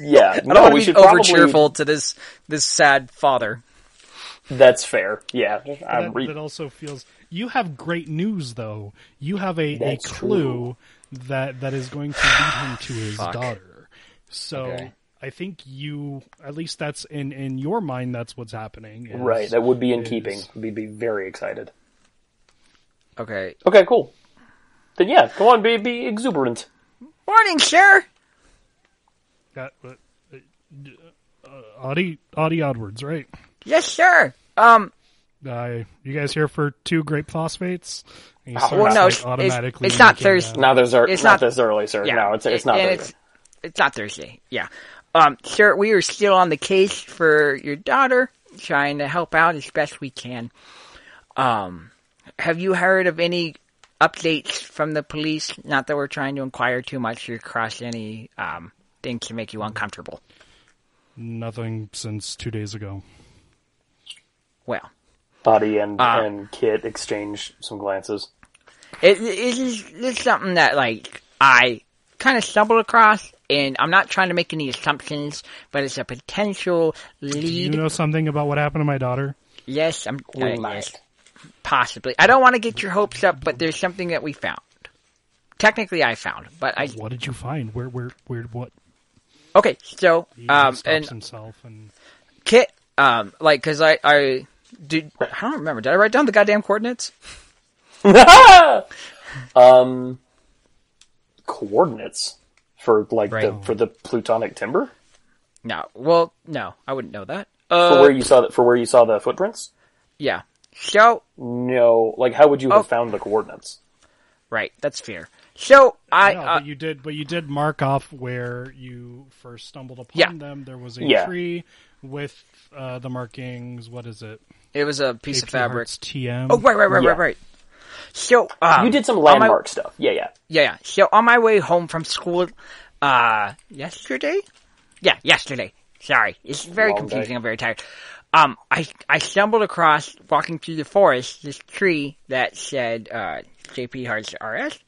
S2: yeah.
S3: I don't
S2: no, we
S3: want to
S2: should
S3: be over
S2: probably.
S3: cheerful to this this sad father.
S2: That's fair. Yeah, I'm
S1: that,
S2: re-
S1: that also feels you have great news though you have a, a
S2: That's
S1: clue that that is going to lead him to his daughter so
S3: Okay.
S1: i think you at least that's in in your mind that's what's happening is-
S2: right. That would be in
S1: is-
S2: keeping. We'd be very excited.
S3: Okay,
S2: Okay, cool. Then yeah, go on, be be exuberant.
S3: morning, sir.
S1: that, uh, uh, audie audie Edwards, right
S3: Yes, sir. Um,
S1: uh, you guys here for two grape phosphates And you start,
S2: Uh, well,
S1: like,
S2: no,
S3: it's- it's-
S1: automatically
S3: it's not
S1: making,
S3: Thursday.
S1: uh,
S2: Now there's our,
S3: It's
S2: not,
S3: not-
S2: this early, sir.
S3: yeah,
S2: no, it's it's not.
S3: and
S2: Thursday.
S3: it's it's not Thursday. Yeah, um, sir, we are still on the case for your daughter, trying to help out as best we can. Um, have you heard of any updates from the police? Not that we're trying to inquire too much or cross any um things to make you uncomfortable.
S1: nothing since two days ago
S3: Well,
S2: Buddy and
S3: Ah.
S2: and Kit exchange some glances.
S3: It, it is it's something that like I kind of stumbled across, and I'm not trying to make any assumptions, but it's a potential
S1: you
S3: lead.
S1: know something about what happened to my daughter
S3: yes, I'm
S2: We
S3: uh, yes,
S2: might.
S3: possibly. I don't want to get your hopes up, but there's something that we found. Technically, I found, but I
S1: what did you find where where where what
S3: okay. So,
S1: He
S3: um,
S1: stops
S3: and
S1: himself and
S3: Kit, um, like, cause I, I did. I don't remember. Did I write down the goddamn coordinates?
S2: um, coordinates for like the
S3: Right.
S2: for the plutonic timber.
S3: No. Well, no, I wouldn't know that. Uh,
S2: for where you saw the, for where you saw the footprints?
S3: Yeah. So
S2: No, like how would you have
S3: Oh.
S2: found the coordinates?
S3: right, that's fair. So I
S1: No,
S3: uh,
S1: but you did, but you did mark off where you first stumbled upon
S3: Yeah.
S1: them. There was a
S2: Yeah.
S1: tree with uh, the markings. What is it?
S3: it was a piece of
S1: AP
S3: fabric.
S1: Hearts TM.
S3: Oh right, right, right,
S2: Yeah.
S3: right, right. So um,
S2: You did some
S3: on my-
S2: landmark stuff. Yeah, yeah.
S3: Yeah, yeah. So on my way home from school, uh, yesterday? Yeah, yesterday. Sorry. It's very
S2: Long day.
S3: confusing. I'm very tired. Um, I, I stumbled across, walking through the forest, this tree that said, uh, JP Hearts RS,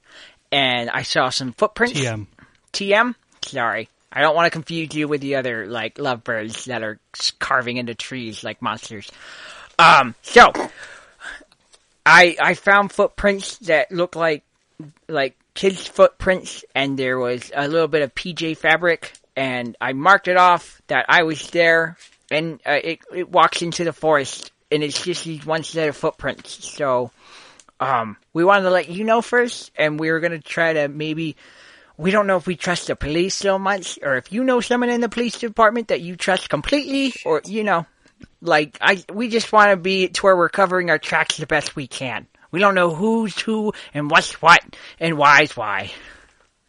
S3: and I saw some footprints.
S1: TM.
S3: TM? Sorry. I don't want to confuse you with the other, like, lovebirds that are carving into trees like monsters. Um, so, I, I found footprints that look like, like, kids' footprints, and there was a little bit of PJ fabric, and I marked it off that I was there, and uh, it, it walks into the forest, and it's just these one set of footprints, so, um, we wanted to let you know first, and we were gonna try to maybe, we don't know if we trust the police so much, or if you know someone in the police department that you trust completely, or you know, like I, we just want to be to where we're covering our tracks the best we can. We don't know who's who and what's what and why's why.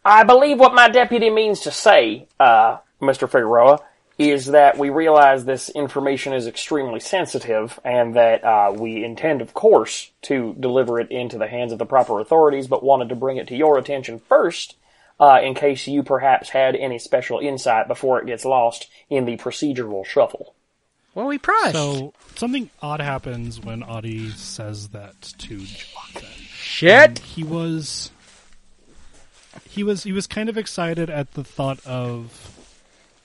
S2: I believe what my deputy means to say, uh, Mr. Figueroa, is that we realize this information is extremely sensitive and that uh, we intend, of course, to deliver it into the hands of the proper authorities, but wanted to bring it to your attention first uh, in case you perhaps had any special insight before it gets lost in the procedural shuffle.
S3: Well, we promised.
S1: So something odd happens when Audie says that to Jonathan.
S3: Shit.
S1: He was he was he was kind of excited at the thought of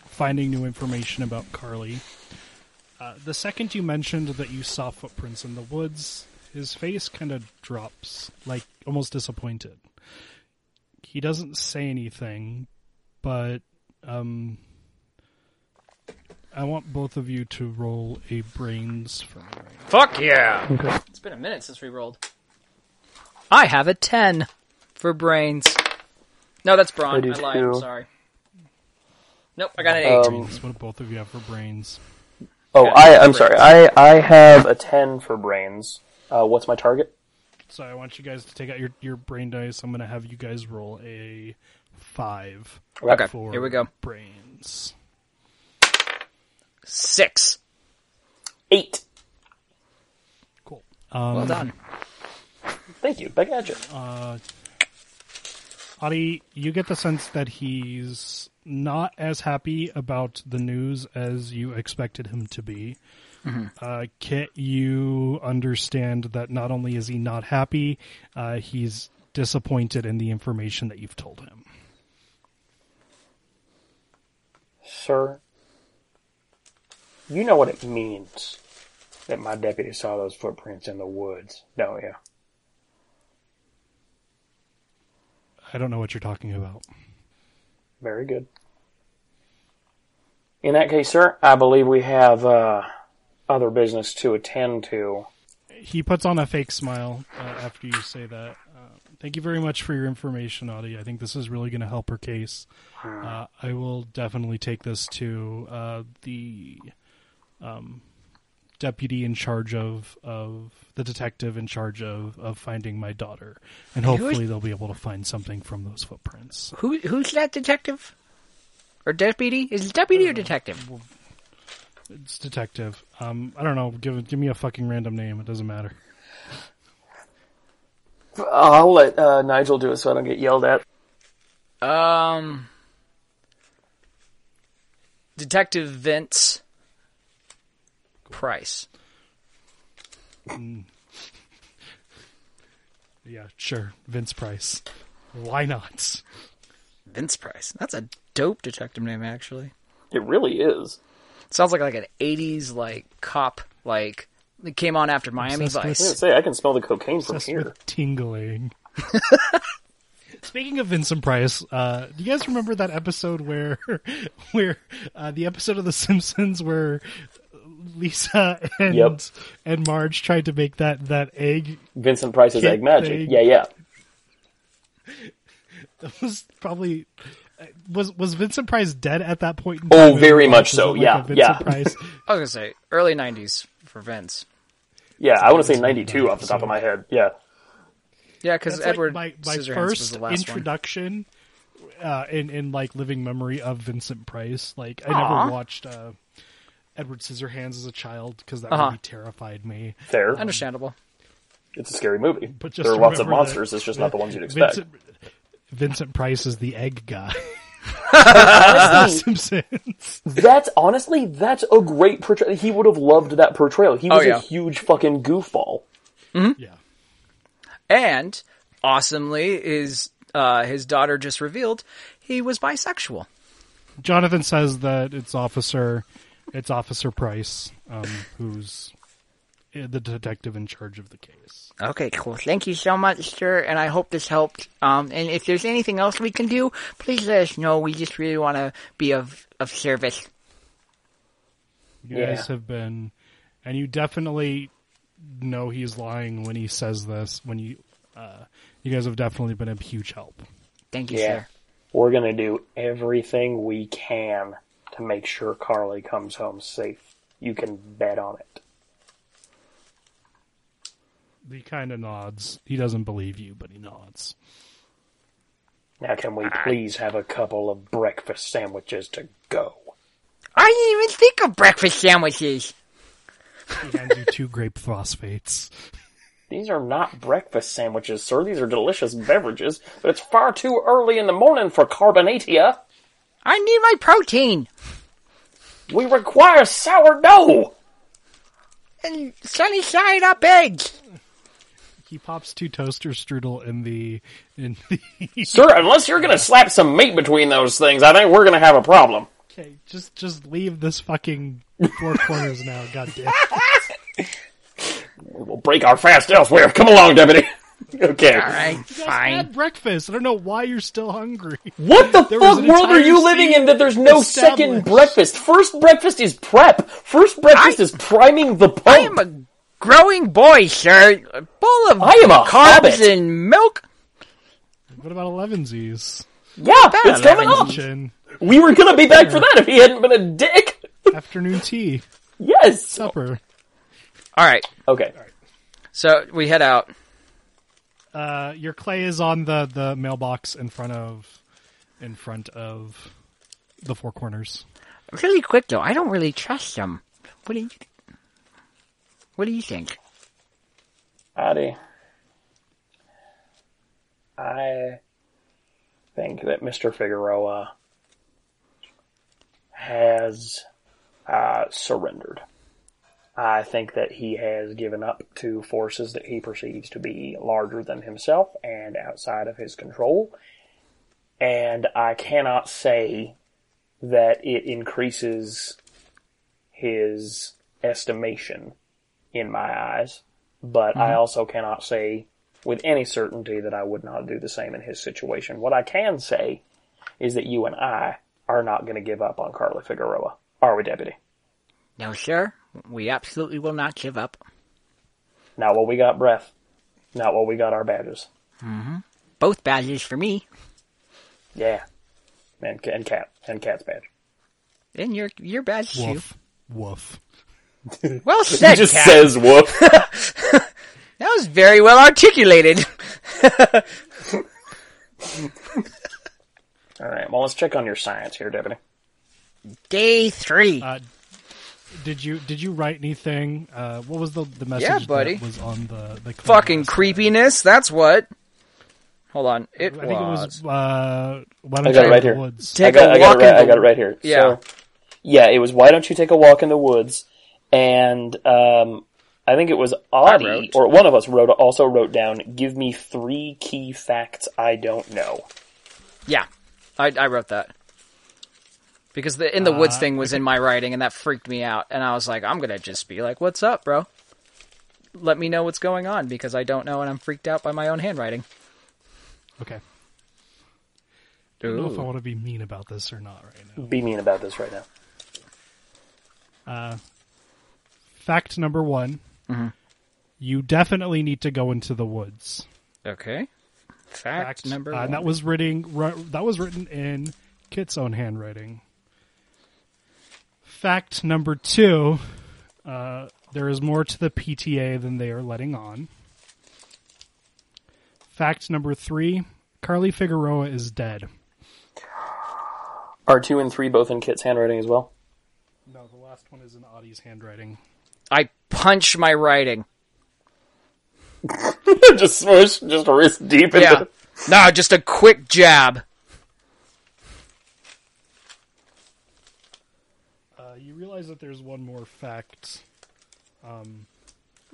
S1: finding new information about Carly. Uh, the second you mentioned that you saw footprints in the woods, his face kind of drops, like almost disappointed. He doesn't say anything, but um, I want both of you to roll a brains for me.
S3: Fuck yeah.
S4: It's been a minute since we rolled.
S3: I have a ten for brains. No, that's brawn.
S2: I
S3: I
S2: do
S3: lied. I'm
S2: too.
S3: sorry. Nope, I got
S1: Uh,
S3: an eight.
S2: Um,
S1: That's what both of you have for brains.
S2: oh, I, I'm sorry. I, I have a 10 for brains. Uh, what's my target?
S1: So I want you guys to take out your, your brain dice. I'm going to have you guys roll a five.
S3: Okay,
S1: for
S3: here we go.
S1: Brains.
S3: Six.
S2: Eight.
S1: Cool. Um,
S3: Well done.
S2: Thank you. Back at you.
S1: Adi, you get the sense that he's not as happy about the news as you expected him to be.
S3: Mm-hmm.
S1: Uh, Kit, you understand that not only is he not happy, uh, he's disappointed in the information that you've told him.
S2: Sir, you know what it means that my deputy saw those footprints in the woods, don't you?
S1: I don't know what you're talking about.
S2: Very good. In that case, sir, I believe we have uh, other business to attend to.
S1: He puts on a fake smile uh, after you say that. Uh, thank you very much for your information, Audie. I think this is really going to help her case. Uh, I will definitely take this to uh, the um, deputy in charge of of the detective in charge of of finding my daughter, and hopefully they'll be able to find something from those footprints.
S3: Who who's that detective? Or deputy? Is it deputy
S1: Uh,
S3: or detective?
S1: It's detective. Um, I don't know. Give give me a fucking random name. It doesn't matter.
S2: I'll let uh, Nigel do it so I don't get yelled at.
S3: Um Detective Vince Price.
S1: Yeah, sure. Vince Price. Why not?
S3: Vince Price. That's a dope detective name actually.
S2: It really is.
S3: Sounds like like an 80s like cop like it came on after Miami
S1: Obsessed with-
S2: I was
S3: Vice.
S2: gonna say I can smell the cocaine from
S1: obsessed
S2: here.
S1: with tingling. Speaking of Vincent Price, uh, do you guys remember that episode where, where uh, the episode of The Simpsons where Lisa and
S2: Yep.
S1: and Marge tried to make that that egg?
S2: Vincent Price's
S1: Kid
S2: egg magic.
S1: thing.
S2: Yeah, yeah.
S1: That was probably uh, was was Vincent Price dead at that point? In
S2: Oh,
S1: time?
S2: very
S1: Like,
S2: much
S1: is it
S2: so.
S1: like a
S2: Yeah,
S1: Vincent
S2: yeah.
S1: Price?
S3: I was gonna say early '90s for Vince.
S2: Yeah, I want to say 92 off the top of my head. Yeah.
S3: Yeah, because
S1: That's like
S3: Edward
S1: my, my
S3: Scissorhands was
S1: first
S3: the last one.
S1: introduction uh, in in like living memory of Vincent Price. Like I
S3: Aw.
S1: never watched uh, Edward Scissorhands as a child because that
S3: Uh-huh.
S1: movie terrified me.
S2: Fair.
S3: Understandable.
S2: It's a scary movie.
S1: But just
S2: There are lots of
S1: remember that-
S2: monsters. It's just not the ones you'd expect.
S1: Vincent, Vincent Price is the egg guy.
S2: Honestly,
S1: Simpsons.
S2: that's honestly, that's a great portrayal. He would have loved that portrayal. He was
S3: Oh, yeah.
S2: a huge fucking goofball.
S3: Hmm?
S1: yeah.
S3: And awesomely, is uh, his daughter just revealed he was bisexual.
S1: Jonathan says that it's Officer, it's Officer Price, um, who's uh, the detective in charge of the case.
S3: Okay, cool. Thank you so much, sir, and I hope this helped. Um, and if there's anything else we can do, please let us know. We just really want to be of of service.
S1: You
S2: Yeah.
S1: guys have been, and you definitely know he's lying when he says this. When you, uh, you guys have definitely been a huge help.
S3: Thank you,
S2: Yeah.
S3: sir.
S2: We're going to do everything we can to make sure Carly comes home safe. You can bet on it.
S1: He kind of nods. He doesn't believe you, but he nods.
S2: Now, can we please have a couple of breakfast sandwiches to go?
S3: I didn't even think of breakfast sandwiches.
S1: He hands you two grape phosphates.
S2: These are not breakfast sandwiches, sir. These are delicious beverages, but it's far too early in the morning for carbonatia.
S3: I need my protein
S2: We require sourdough.
S3: and sunny side up eggs.
S1: He pops two toaster strudel in the in the
S2: Sir, unless you're gonna slap some meat between those things, I think we're gonna have a problem.
S1: Okay, just just leave this fucking four corners now, goddamn.
S2: We'll break our fast elsewhere. Come along, deputy. Okay.
S3: Right, fine.
S1: Had breakfast. I don't know why you're still hungry.
S2: What the
S1: was
S2: fuck
S1: an
S2: world are
S1: entire
S2: you living in that there's no second
S1: established.
S2: breakfast? First breakfast is prep. First breakfast
S3: I-
S2: is priming the pump.
S3: I am a growing boy, sir. Full of
S2: I am a
S3: carbs
S2: hobbit.
S3: and milk.
S1: What about elevensies?
S2: yeah, it's coming up.
S1: Chin.
S2: We were gonna be back for that if he hadn't been a dick.
S1: Afternoon tea.
S2: Yes.
S1: Supper.
S3: All right,
S2: Okay.
S3: so we head out.
S1: Uh, your clay is on the, the mailbox in front of in front of the four corners.
S3: Really quick though, I don't really trust them. What do you? What do you think?
S2: Howdy. I think that Mr. Figueroa has uh, surrendered. I think that he has given up to forces that he perceives to be larger than himself and outside of his control. And I cannot say that it increases his estimation in my eyes but I also cannot say with any certainty that I would not do the same in his situation. What I can say is that you and I are not going to give up on Carla Figueroa, are we, Deputy?
S3: No, sir. We absolutely will not give up.
S2: Not while we got breath, not while we got our badges.
S3: Both badges for me
S2: Yeah, and and cat and cat's badge.
S3: and your your badge too.
S1: Woof. Woof.
S3: Well said, Cat.
S2: says woof.
S3: That was very well articulated.
S2: All right, well let's check on your science here, Deputy.
S3: Day three.
S1: Uh, did you did you write anything? Uh, what was the the message
S3: Yeah, buddy.
S1: that was on the, the clay
S3: Fucking
S1: list?
S3: creepiness. That's what. Hold on. It
S1: I
S3: was.
S1: think it was uh, why
S2: I
S1: don't
S2: got
S1: you
S2: it
S1: go to
S2: right here.
S1: the woods?
S3: Take a
S2: I got,
S3: walk
S2: I got it right,
S3: in
S2: I
S3: the-
S2: got it right here.
S3: Yeah.
S2: So, yeah, it was why don't you take a walk in the woods? And um, I think it was Audie
S3: wrote.
S2: or one of us wrote also wrote down. Give me three key facts I don't know.
S3: Yeah, I, I wrote that because the in the woods thing was in my writing, and that freaked me out. And I was like, I'm gonna just be like, "What's up, bro? Let me know what's going on because I don't know, and I'm freaked out by my own handwriting."
S1: Okay. I don't know if I want to be mean about this or not right now.
S2: Be mean about this right now.
S1: Fact number one
S3: Mm-hmm.
S1: you definitely need to go into the woods.
S3: Okay. Fact, number
S1: Uh,
S3: one.
S1: and that was written, ru- that was written in Kit's own handwriting. Fact number two uh, there is more to the PTA than they are letting on. Fact number three Carly Figueroa is dead.
S2: Are two and three both in Kit's handwriting as well?
S1: No, the last one is in Audie's handwriting.
S3: I punch my writing.
S2: just smush, just wrist deep into.
S3: Yeah. no, just a quick jab.
S1: Uh, you realize that there's one more fact um,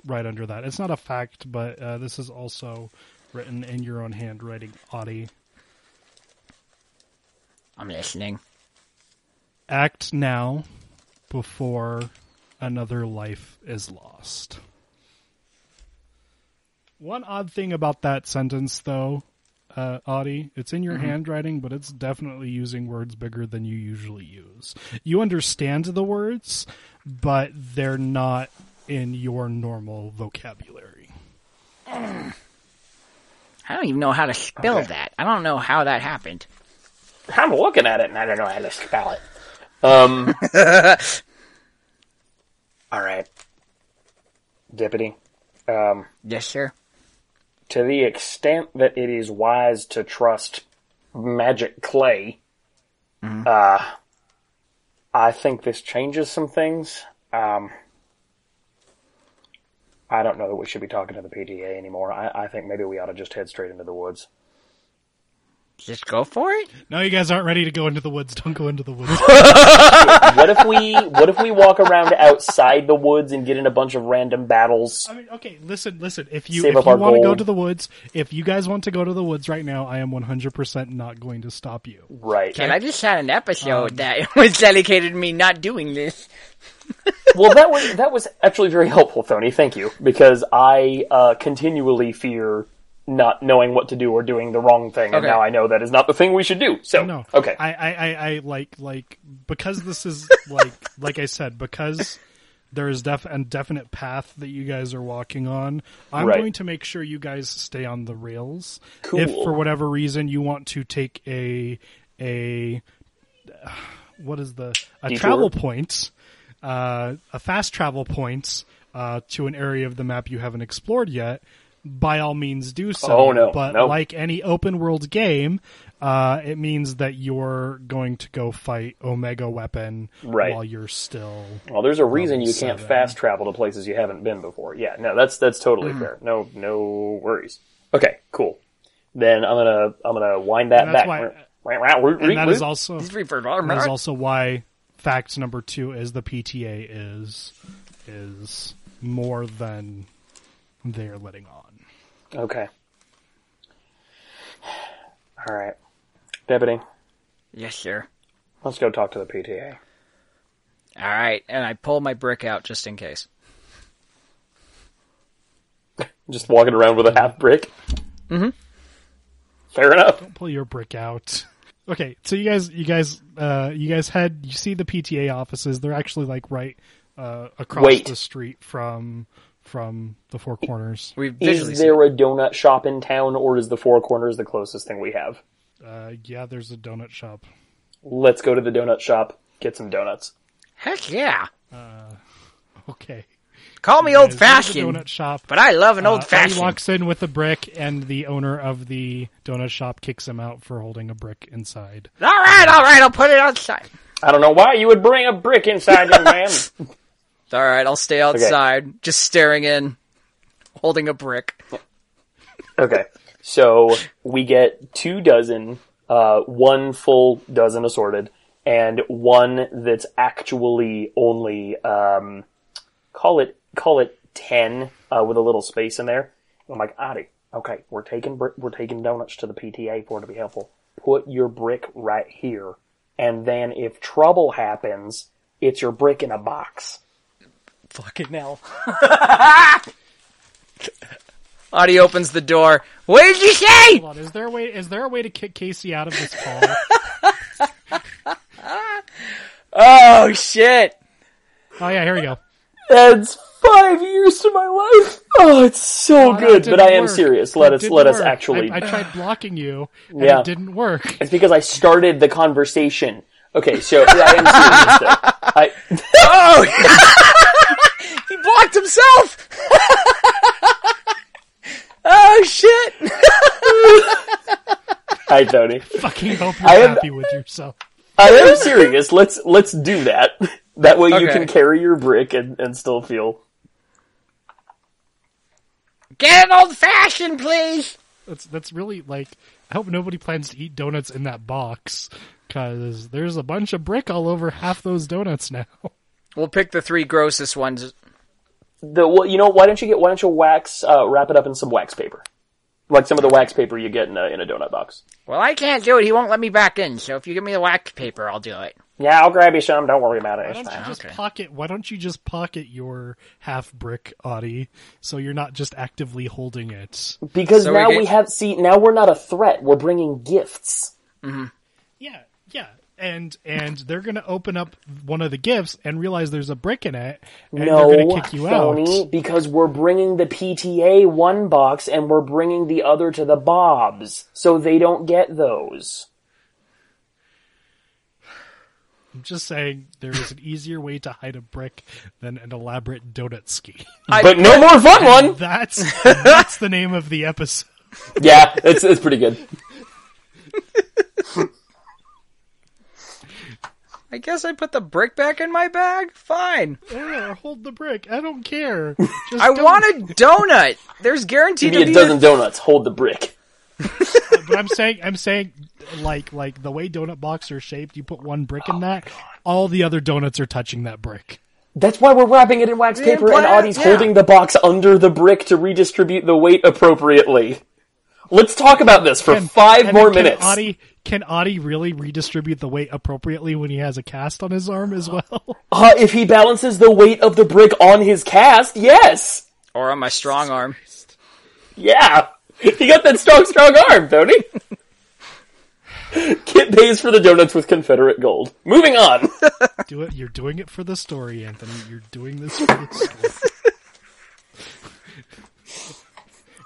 S1: right under that. It's not a fact, but uh, this is also written in your own handwriting, Audie.
S3: I'm listening.
S1: Act now before another life is lost. One odd thing about that sentence, though, uh, Audie, it's in your handwriting, but it's definitely using words bigger than you usually use. You understand the words, but they're not in your normal vocabulary.
S3: I don't even know how to spell that. I don't know how that happened.
S2: I'm looking at it and I don't know how to spell it. Um. all right, deputy. Um,
S3: Yes, sir.
S2: to the extent that it is wise to trust magic clay, uh, I think this changes some things. Um, I don't know that we should be talking to the PDA anymore. I, I think maybe we ought to just head straight into the woods.
S3: Just go for it.
S1: No, you guys aren't ready to go into the woods. Don't go into the woods.
S2: What if we What if we walk around outside the woods and get in a bunch of random battles?
S1: I mean, okay, listen, listen. If you
S2: Save
S1: if
S2: up
S1: you
S2: our
S1: want to go
S2: gold.
S1: to the woods, if you guys want to go to the woods right now, I am 100% not going to stop you.
S2: Right.
S3: And I just had an episode that was dedicated to me not doing this.
S2: well, that was that was actually very helpful, Tony. Thank you, because I uh, continually fear not knowing what to do or doing the wrong thing, and
S3: Okay.
S2: now I know that is not the thing we should do. So,
S1: No.
S2: okay,
S1: I, I, I, I like like because this is like like I said because there is def a definite path that you guys are walking on. I'm
S2: Right.
S1: going to make sure you guys stay on the rails.
S2: Cool.
S1: If for whatever reason you want to take a a what is the a
S2: Detour?
S1: travel point, uh, a fast travel point uh, to an area of the map you haven't explored yet. By all means, do so.
S2: Oh, no.
S1: But
S2: No.
S1: like any open world game, uh, it means that you're going to go fight Omega Weapon
S2: Right.
S1: while you're still.
S2: well, there's a reason you
S1: Seven.
S2: can't fast travel to places you haven't been before. Yeah, no, that's that's totally
S1: Mm.
S2: fair. No, no worries. Okay, cool. Then I'm gonna I'm gonna wind that
S1: And that's
S2: back.
S1: why- And that
S2: that
S1: is also
S3: These refer-
S1: that is also why fact number two is the PTA is is more than they're letting on.
S2: okay. All right, deputy,
S3: Yes, sir.
S2: let's go talk to the PTA.
S3: All right. And I pull my brick out just in case.
S2: Just walking around with a half brick. Mm-hmm. Fair enough.
S1: pull your brick out. Okay, so you guys, you guys, uh, you guys head. You see the PTA offices. They're actually like right uh, across
S2: Wait.
S1: the street from from the Four Corners.
S3: We've visually
S2: Is
S3: seen
S2: there a donut shop in town, or is the Four Corners the closest thing we have?
S1: Uh, yeah, there's a donut shop.
S2: Let's go to the donut shop, get some donuts.
S3: Heck yeah.
S1: Okay,
S3: Call me
S1: There's
S3: old
S1: a
S3: fashioned,
S1: donut shop.
S3: but I love an
S1: Uh,
S3: old
S1: He
S3: fashioned.
S1: walks in with a brick, and the owner of the donut shop kicks him out for holding a brick inside.
S3: All right, all right. I'll put it outside.
S2: I don't know why you would bring a brick inside, young man.
S3: All right. I'll stay outside, just staring in, holding a brick.
S2: Okay, so we get two dozen, uh, one full dozen assorted, and one that's actually only um, call it call it ten uh, with a little space in there. I'm like, Adi, okay, we're taking bri- we're taking donuts to the PTA for it to be helpful. Put your brick right here, and then if trouble happens, it's your brick in a box.
S3: Fucking hell. Audie opens the door. What did you say?
S1: Hold on, is there a way? Is there a way to kick Casey out of this call?
S3: Oh shit.
S1: oh yeah, here we go.
S2: That's five years to my life. Oh, it's so
S1: Oh, no, it
S2: good. But
S1: didn't
S2: I am
S1: work.
S2: serious. Let
S1: It
S2: us
S1: didn't
S2: let us
S1: work.
S2: actually.
S1: I, I tried blocking you, and
S2: Yeah.
S1: it didn't work.
S2: It's because I started the conversation. Okay, so yeah, I am serious. Though. I,
S3: Oh! he blocked himself! oh, shit!
S2: I Tony.
S1: Fucking hope you're
S2: am-
S1: happy with yourself.
S2: I am serious. Let's let's do that. That way you
S3: Okay.
S2: can carry your brick and, and still feel.
S3: Get an old fashioned, please!
S1: That's that's really like. I hope nobody plans to eat donuts in that box because there's a bunch of brick all over half those donuts now.
S3: We'll pick the three grossest ones.
S2: The well, you know why don't you get why don't you wax uh, wrap it up in some wax paper, like some of the wax paper you get in a in a donut box.
S3: Well, I can't do it. He won't let me back in, so if you give me the wax paper, I'll do it.
S2: Yeah, I'll grab you some. Don't worry about it.
S1: Why don't you just
S3: okay.
S1: pocket? Why don't you just pocket your half brick, Audie, so you're not just actively holding it?
S2: Because
S3: So
S2: now
S3: we get-
S2: we have see now we're not a threat. We're bringing gifts.
S1: Yeah, yeah. And and they're gonna open up one of the gifts and realize there's a brick in it, and
S2: no,
S1: they're gonna kick you
S2: Tony,
S1: out.
S2: because we're bringing the PTA one box and we're bringing the other to the Bobs, so they don't get those.
S1: I'm just saying there is an easier way to hide a brick than an elaborate donut scheme.
S2: But no more fun one.
S1: That's that's the name of the episode.
S2: yeah, it's it's pretty good.
S3: I guess I put the brick back in my bag? Fine.
S1: There, hold the brick. I don't care. Just
S3: I
S1: don't-
S3: want a donut! There's guaranteed to
S2: Give me
S3: be
S2: a
S3: a-
S2: dozen donuts. Hold the brick.
S1: But I'm saying, I'm saying, like, like the way donut boxes are shaped, you put one brick in that, all the other donuts are touching that brick.
S2: That's why we're wrapping it in wax
S3: Yeah,
S2: paper,
S3: why
S2: and
S3: not?
S2: Audie's
S3: Yeah.
S2: holding the box under the brick to redistribute the weight appropriately. Let's talk about this for
S1: And-
S2: five
S1: and
S2: more
S1: then
S2: minutes.
S1: Can Audie, can Audie really redistribute the weight appropriately when he has a cast on his arm as well?
S2: Uh, if he balances the weight of the brick on his cast, yes.
S3: Or on my strong arm.
S2: Yeah. He got that strong, strong arm, don't he? Kit pays for the donuts with Confederate gold. Moving on.
S1: Do it. You're doing it for the story, Anthony. You're doing this for the story.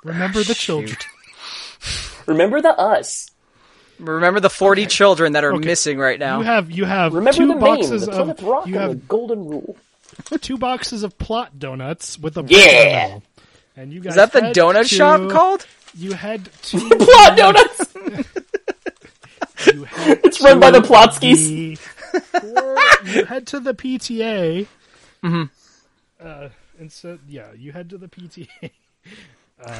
S1: Remember the children.
S2: Remember the us.
S3: Remember the 40 children that are
S1: Okay.
S3: missing right now.
S1: You have you have
S2: Remember
S1: two
S2: the name,
S1: boxes
S2: the Plymouth
S1: of
S2: Rock,
S1: you
S2: and
S1: have
S2: the Golden Rule.
S1: two boxes of plot donuts with a
S2: Yeah.
S1: button. And you guys
S3: Is that the
S1: head
S3: donut
S1: to-
S3: shop called?
S1: You head to
S2: Plot donuts.
S1: You head
S2: It's run by the Plotskis.
S1: the, or you head to the PTA.
S2: Mm-hmm.
S1: Uh, and so yeah, you head to the PTA. Uh,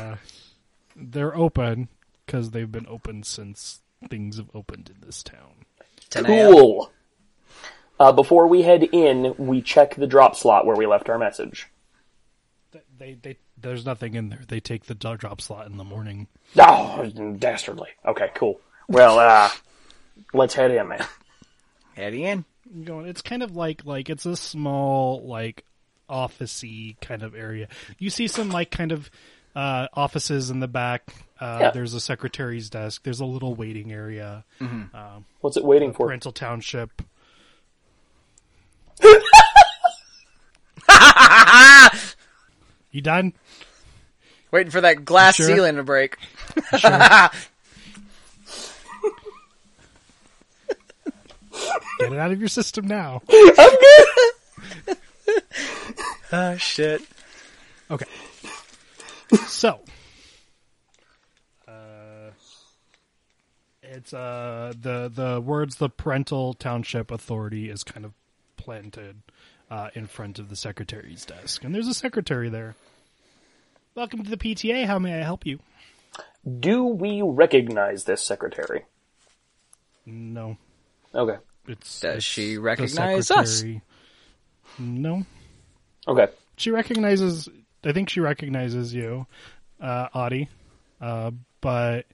S1: they're open because they've been open since things have opened in this town.
S3: 10 a.m.
S2: Cool. Uh, before we head in, we check the drop slot where we left our message.
S1: Th- They they there's nothing in there. They take the do- drop slot in the morning.
S2: Oh, dastardly. Okay, cool. Well, uh, let's head in, man.
S3: Heading in.
S1: going. It's kind of like like it's a small like officey kind of area. You see some like kind of uh, offices in the back. Uh,
S2: Yeah.
S1: There's a secretary's desk. There's a little waiting area.
S2: What's it waiting for?
S1: Rental township. you done?
S3: Waiting for that glass
S1: Sure.
S3: ceiling to break.
S1: Get it out of your system now.
S3: Oh, shit.
S1: Okay. So, uh, it's uh the the words the parental township authority is kind of planted uh, in front of the secretary's desk, and there's a secretary there. Welcome to the PTA. How may I help you?
S2: Do we recognize this secretary?
S1: No,
S2: Okay.
S1: it's
S3: Does
S1: it's
S3: she
S1: the
S3: recognize us?
S1: secretary. No,
S2: Okay.
S1: she recognizes. I think she recognizes you, uh, Audie, uh, but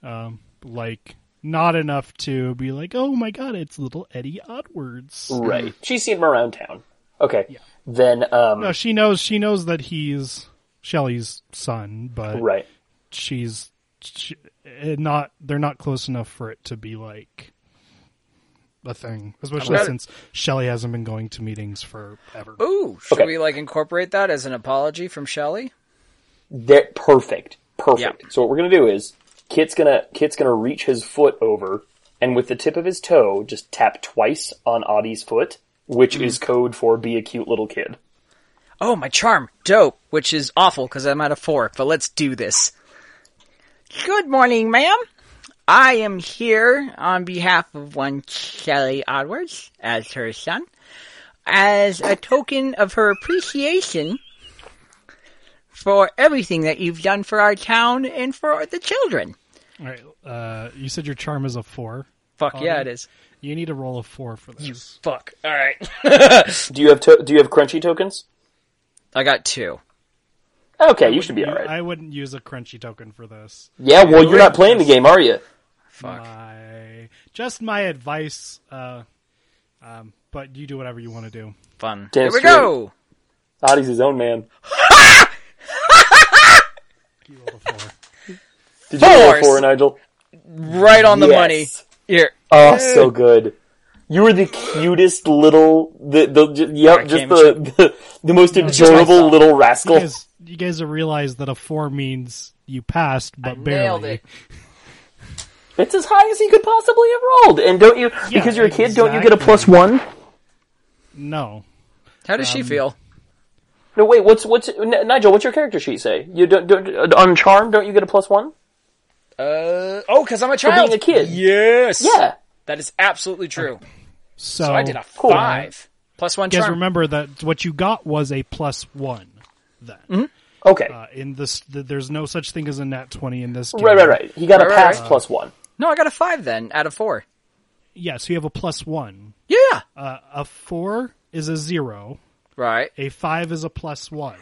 S1: um, like not enough to be like, oh my god, it's little Eddie Oddwards.
S2: Right. She's seen him around town. Okay. Then, um,
S1: No, she knows. She knows that he's Shelley's son, but
S2: right.
S1: she's she, eh, not. They're not close enough for it to be like a thing, especially
S3: Okay.
S1: since Shelley hasn't been going to meetings forever.
S2: Oh.
S3: Ooh, should
S7: Okay.
S3: we like incorporate that as an apology from Shelley?
S7: That perfect, perfect.
S3: Yeah.
S7: So what we're gonna do is Kit's gonna Kit's gonna reach his foot over and with the tip of his toe just tap twice on Audie's foot,
S3: Mm-hmm.
S7: which is code for be a cute little kid.
S3: Oh, my charm, dope, which is awful because I'm out of four. But let's do this. Good morning, ma'am. I am here on behalf of one Shelley Odwards as her son, as a token of her appreciation for everything that you've done for our town and for the children.
S1: All right, uh, you said your charm is a four.
S3: Fuck yeah, it
S1: Alright.
S3: is.
S1: You need to roll a four for this.
S3: Fuck. All right.
S7: Do you have to- do you have crunchy tokens?
S3: I got two.
S7: Okay, you should be
S1: You-
S7: all right.
S1: I wouldn't use a crunchy token for this.
S7: yeah, well, you're not playing the game, are you?
S1: My, just my advice. Uh, um, but you do whatever you want to do.
S3: Fun.
S7: Damn
S3: Here we
S7: straight.
S3: go.
S7: Audie's his own man.
S1: You roll a four.
S7: Did you roll a
S3: Fours.
S7: four, Nigel?
S3: Right on the
S7: Yes.
S3: money. Here.
S7: Oh, so good. You were the cutest little, the, the, j-
S3: I
S7: yep, just
S3: came
S7: the, the, the most adorable little
S1: You
S3: Oh.
S7: rascal.
S1: guys, you guys have realized that a four means you passed, but
S3: nailed
S1: barely.
S3: it.
S7: It's as high as he could possibly have rolled. And don't you, because you're a kid, don't you get a plus
S1: exactly.
S7: one?
S1: No,
S3: How does she feel?
S7: No, wait, what's, what's, N- Nigel, what's your character sheet say? You don't, don't, uh, on charm, don't you get a plus one?
S3: Uh, oh, because I'm a child.
S7: being a kid.
S3: Yes.
S7: Yeah.
S3: That is
S1: Uh,
S3: absolutely true.
S1: so,
S3: So I did a
S7: Cool.
S3: five. Plus one
S1: You guys
S3: charm.
S1: remember that what you got was a plus one. Then
S7: Okay.
S1: uh, in this, th- there's no such thing as a nat twenty in this. Game.
S7: right, right, right. He got
S3: Right,
S7: a
S3: right,
S7: pass
S3: right.
S7: plus one.
S3: No, I got a five then out of four.
S1: Yeah, so you have a plus one.
S3: Yeah.
S1: Uh, a four is a zero.
S3: Right.
S1: A five is a plus one.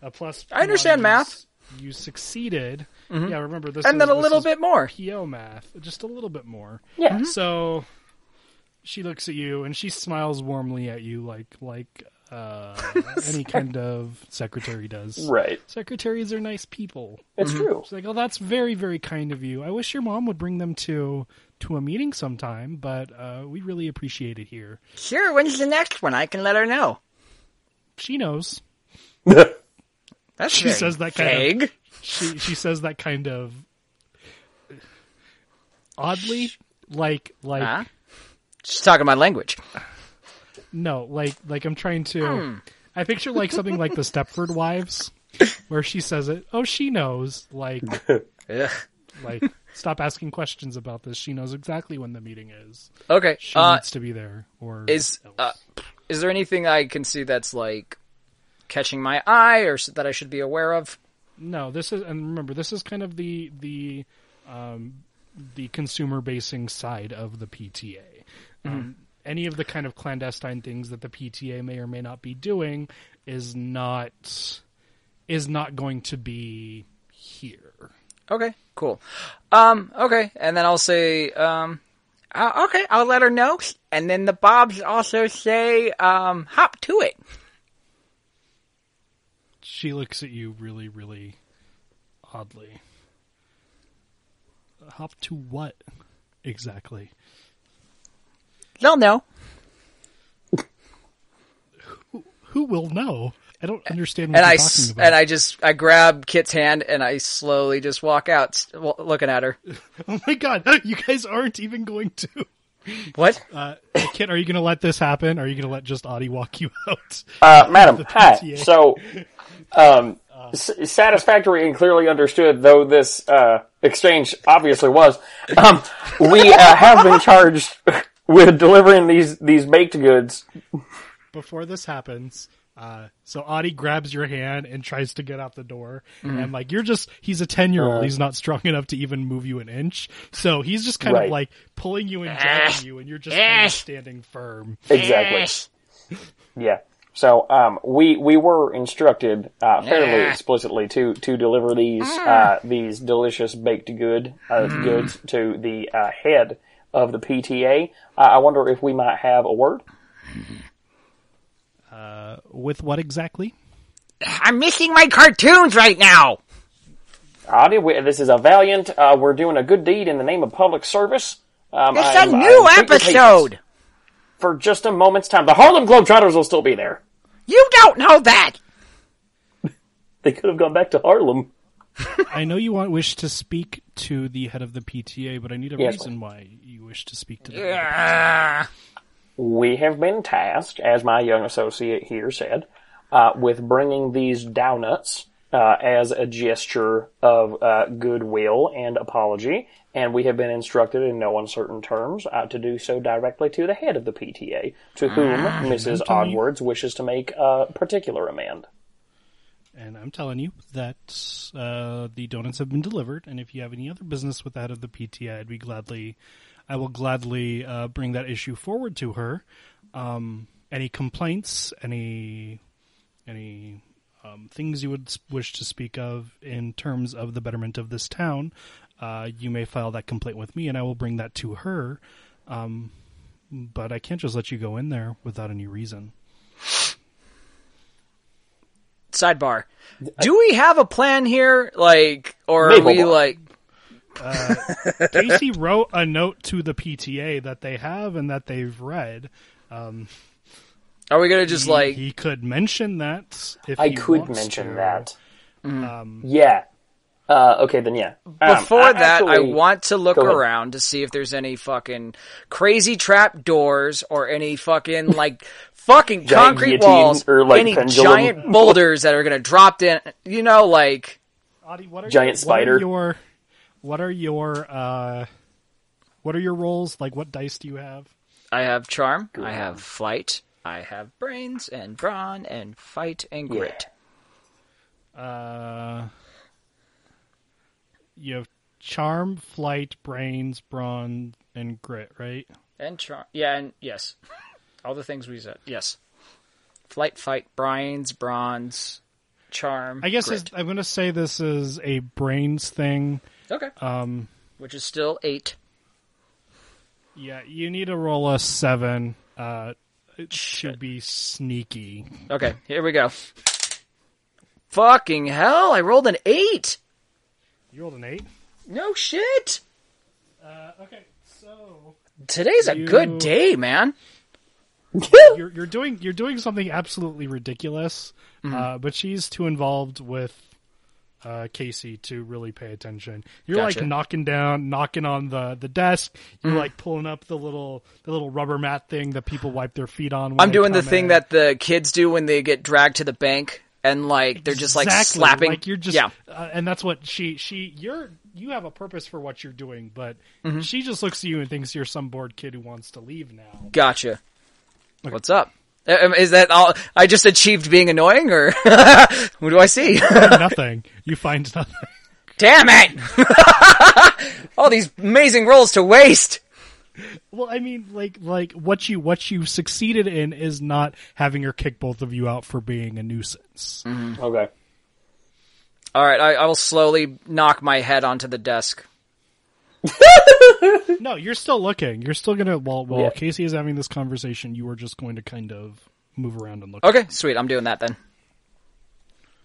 S1: A plus.
S3: I understand
S1: one
S3: math. Mm-hmm.
S1: is You succeeded. Yeah, remember this.
S3: And
S1: is-
S3: then a
S1: this
S3: little
S1: is
S3: bit more. Mm-hmm.
S1: PO math, just a little bit more.
S7: Yeah.
S1: So she looks at you and she smiles warmly at you, like like uh, any kind of secretary does.
S7: Right.
S1: Secretaries are nice people.
S7: It's true.
S1: She's like, "Oh, that's very, very kind of you. I wish your mom would bring them to to a meeting sometime, but uh, we really appreciate it here.
S3: Sure, when's the next one? I can let her know.
S1: She knows.
S3: That's
S1: She
S3: very
S1: says that kind of-
S3: vague.
S1: She she says that kind of oddly, like like
S3: Huh? She's talking my language.
S1: no, like like I'm trying to.
S3: Hmm.
S1: I picture like something like the Stepford Wives, where she says it. Oh, she knows. Like
S3: Ugh.
S1: like stop asking questions about this. She knows exactly when the meeting is.
S3: Okay.
S1: She
S3: Uh,
S1: needs to be there. Or
S3: is uh, is there anything I can see that's like catching my eye or s- that I should be aware of?
S1: No, this is and remember this is kind of the the um, the consumer basing side of the PTA. Um, any of the kind of clandestine things that the PTA may or may not be doing is not is not going to be here.
S3: Okay, cool. Um, okay, and then I'll say, um, uh, okay, I'll let her know, and then the Bobs also say, um, hop to it.
S1: She looks at you really, really oddly. Hop to what exactly?
S3: They'll know.
S1: Who will know? I don't understand what
S3: And
S1: you're
S3: I
S1: talking
S3: s-
S1: about.
S3: and I just I grab Kit's hand and I slowly just walk out, s- w- looking at her.
S1: Oh my god, you guys aren't even going to.
S3: What?
S1: Uh, Kit, are you going to let this happen? Are you going to let just Audie walk you out?
S7: Uh, madam, hi.
S1: PTA.
S7: So, um, s- satisfactory and clearly understood, though this uh, exchange obviously was. Um, we uh, have been charged with delivering these these baked goods.
S1: Before this happens, uh, so Audie grabs your hand and tries to get out the door. And like, you're just, he's a 10 year old. He's not strong enough to even move you an inch. So he's just kind
S7: Right.
S1: of like pulling you and dragging you, and you're just kind of standing firm.
S7: Exactly. Eh. Yeah. So, um, we we were instructed uh, fairly explicitly to to deliver these uh, these delicious baked good uh, goods to the uh, head of the PTA. Uh, I wonder if we might have a word.
S1: With what exactly?
S8: I'm missing my cartoons right now.
S7: Audie, we, this is a valiant. Uh, we're doing a good deed in the name of public service.
S2: Um,
S7: It's
S2: I'm-
S7: a
S2: I'm
S7: new
S2: completely patient
S7: episode.
S2: for just a moment's time. The Harlem Globetrotters will still be there.
S7: You don't know that.
S2: They could have gone back to Harlem.
S1: I know you want wish to speak to the head of the PTA, but I need a
S2: Yes,
S1: reason why you wish to speak to the
S2: We have been tasked, as my young associate here said, uh, with bringing these donuts uh, as a gesture of uh, goodwill and apology, and we have been instructed in no uncertain terms uh, to do so directly to the head of the PTA, to
S3: Ah,
S2: whom Mrs. Oddwards wishes to make a particular amend.
S1: And I'm telling you that uh, the donuts have been delivered, and if you have any other business with the head of the PTA, I'd be gladly, I will gladly uh, bring that issue forward to her. Um, any complaints, any, any um, things you would s- wish to speak of in terms of the betterment of this town, uh, you may file that complaint with me, and I will bring that to her. Um, but I can't just let you go in there without any reason.
S3: Sidebar. Do we have a plan here? Like, or are
S2: Mabel
S3: we
S2: Bar.
S3: like,
S1: Casey wrote a note to the PTA that they have and that they've read.
S3: are we gonna just
S1: He-
S3: like,
S1: he could mention that. If
S2: I
S1: he
S2: could
S1: wants
S2: mention
S1: to.
S2: that. yeah. Uh, okay, then yeah. Um,
S3: Before
S2: I
S3: that,
S2: actually-
S3: I want to look
S2: Go ahead.
S3: around to see if there's any fucking crazy trap doors or any fucking like fucking concrete
S2: guillotine
S3: walls
S2: or, like,
S3: any
S2: pendulum.
S3: giant boulders that are gonna drop in. You know, like
S1: Adi, what are
S2: Giant
S1: your-
S2: spider.
S1: What are your what are your uh, what are your rolls? Like what dice do you have?
S3: I have charm, I have flight, I have brains and brawn and fight and grit.
S1: Uh, you have charm, flight, brains, brawn, and grit, right?
S3: And charm, yeah, and yes, all the things we said. Yes, flight, fight, brains, bronze, charm.
S1: I guess
S3: grit.
S1: is, I'm going to say this is a brains thing.
S3: okay. Um, which is still eight.
S1: Yeah, you need to roll a seven. Uh, it should be sneaky.
S3: Okay, here we go. Fucking hell! I rolled an eight.
S1: You rolled an eight.
S3: No shit.
S1: Uh, okay, so
S3: Today's a
S1: You-
S3: good day, man.
S1: you're you're doing you're doing something absolutely ridiculous,
S3: Mm-hmm.
S1: uh, but she's too involved with uh, Casey to really pay attention. You're
S3: Gotcha. Mm-hmm.
S1: like knocking down, knocking on the, the desk. You're like pulling up the little the little rubber mat thing that people wipe their feet on. When
S3: I'm
S1: they
S3: doing the
S1: come
S3: thing
S1: in.
S3: that the kids do when they get dragged to the bank, and like they're just like
S1: Exactly,
S3: slapping.
S1: Like you're just
S3: yeah.
S1: uh, and that's what she she you're you have a purpose for what you're doing, but
S3: Mm-hmm.
S1: she just looks at you and thinks you're some bored kid who wants to leave now.
S3: Gotcha. What's up? Uh, um, Is that all? I just achieved being annoying, or what do I see?
S1: nothing. You find nothing.
S3: Damn it! all these amazing rolls to waste.
S1: Well, I mean, like, like what you what you succeeded in is not having her kick both of you out for being a nuisance.
S2: Okay.
S3: All right, I, I will slowly knock my head onto the desk.
S1: No, you're still looking. You're still gonna. While while
S2: Yeah.
S1: Casey is having this conversation, you are just going to kind of move around and look.
S3: Okay, sweet. I'm doing that then.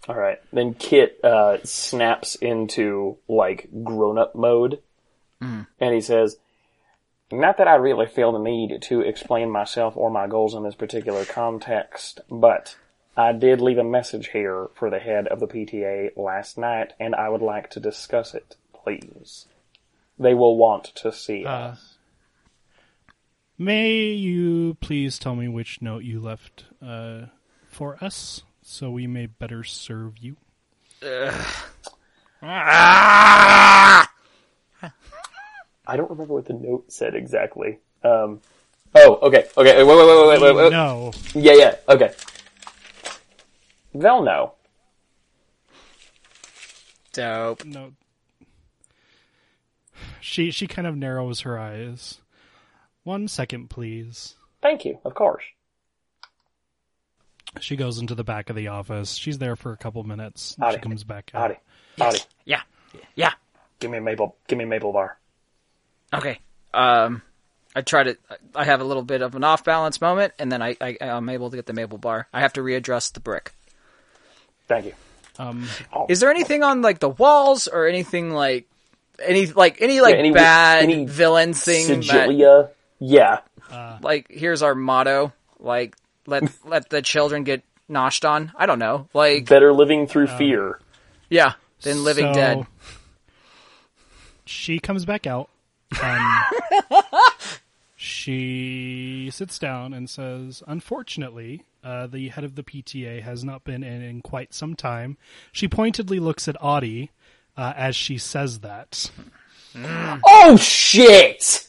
S2: All right. Then Kit uh, snaps into like grown up mode, and he says, "Not that I really feel the need to explain myself or my goals in this particular context, but I did leave a message here for the head of the PTA last night, and I would like to discuss it, please. They will want to see us.
S1: May you please tell me which note you left uh, for us, so we may better serve you.
S2: I don't remember what the note said exactly. Um." Oh, okay, okay. Wait, wait, wait, wait,
S7: Uh,
S2: wait, wait.
S1: No,
S2: Yeah, yeah, okay. They'll know.
S3: Dope.
S1: no. She she kind of narrows her eyes. One second, please.
S2: Thank you, of course.
S1: She goes into the back of the office. She's there for a couple minutes. and
S2: Howdy.
S1: She comes back out.
S2: Howdy. Howdy.
S7: Yeah. Yeah.
S2: Give me a maple give me a maple bar.
S7: Okay.
S3: Um, I try to. I have a little bit of an off balance moment, and then I, I I'm able to get the maple bar. I have to readjust the brick.
S2: Thank you.
S1: Um,
S3: Is there anything on like the walls or anything like any like any like
S2: Yeah, any-
S3: bad
S2: any
S3: villain thing that,
S2: Sigilia. Yeah.
S3: like here's our motto like let let the children get noshed on i don't know like
S2: Better living through
S1: Oh.
S2: fear.
S3: yeah than living
S1: So,
S3: dead
S1: She comes back out. Um, she sits down and says, "Unfortunately, uh, the head of the PTA has not been in in quite some time." She pointedly looks at Audie uh, as she says that,
S2: Oh shit!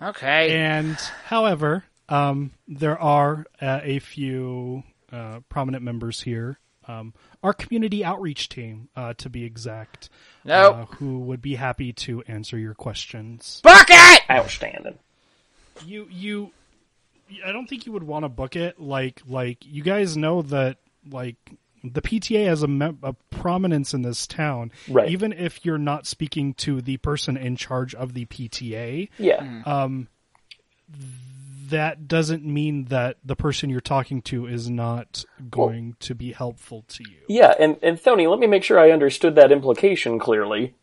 S3: okay
S1: and however, um, there are uh, a few uh, prominent members here. Um, our community outreach team, uh, to be exact,
S3: No.
S1: uh, who would be happy to answer your questions.
S3: bucket
S2: Outstanding.
S1: you you i don't think you would want to book it like like you guys know that like the pta has a, mem- a prominence in this town
S2: Right.
S1: even if you're not speaking to the person in charge of the pta
S2: Yeah.
S1: um, that doesn't mean that the person you're talking to is not going to be helpful to you
S2: Yeah, and, and Thony, let me make sure I understood that implication clearly.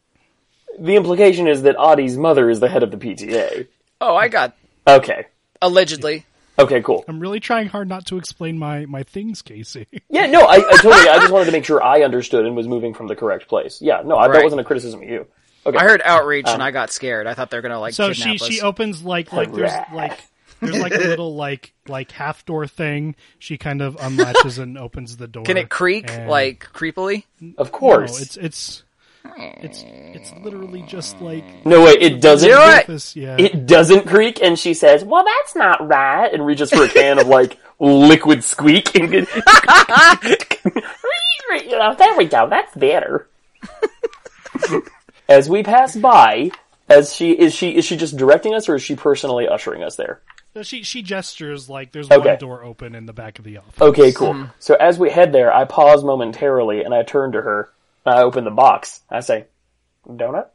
S2: The implication is that Audie's mother is the head of the PTA.
S3: oh i got
S2: Okay.
S3: allegedly
S2: Okay, cool.
S1: i'm really trying hard not to explain my my things casey
S2: Yeah, no, I, I totally, I just wanted to make sure I understood and was moving from the correct place. Yeah, no, I, that
S3: Right.
S2: wasn't a criticism of you. Okay.
S3: i heard outreach
S2: Uh.
S3: and i got scared i thought they were gonna like
S1: So
S3: kidnap
S1: she she
S3: us.
S1: opens like like there's
S2: Hurrah.
S1: like there's like a little like like half door thing. She kind of unlatches and opens the door.
S3: can it creak
S1: and-
S3: like creepily
S2: Of
S1: No,
S2: course.
S1: it's it's it's it's literally just like
S2: no, wait, it doesn't.
S3: Do it!
S1: this. Yeah,
S2: It doesn't creak, and she says, "Well, that's not right," and reaches for a can of like liquid squeak. And get, you know, there we go. That's better. as we pass by, as she is she is she just directing us, or is she personally ushering us there?
S1: So she she gestures like there's
S2: Okay. Oh.
S1: one door open in the back of the office.
S2: Okay, cool.
S3: Hmm.
S2: So as we head there, I pause momentarily, and I turn to her. And I open the box. I say, "Donut."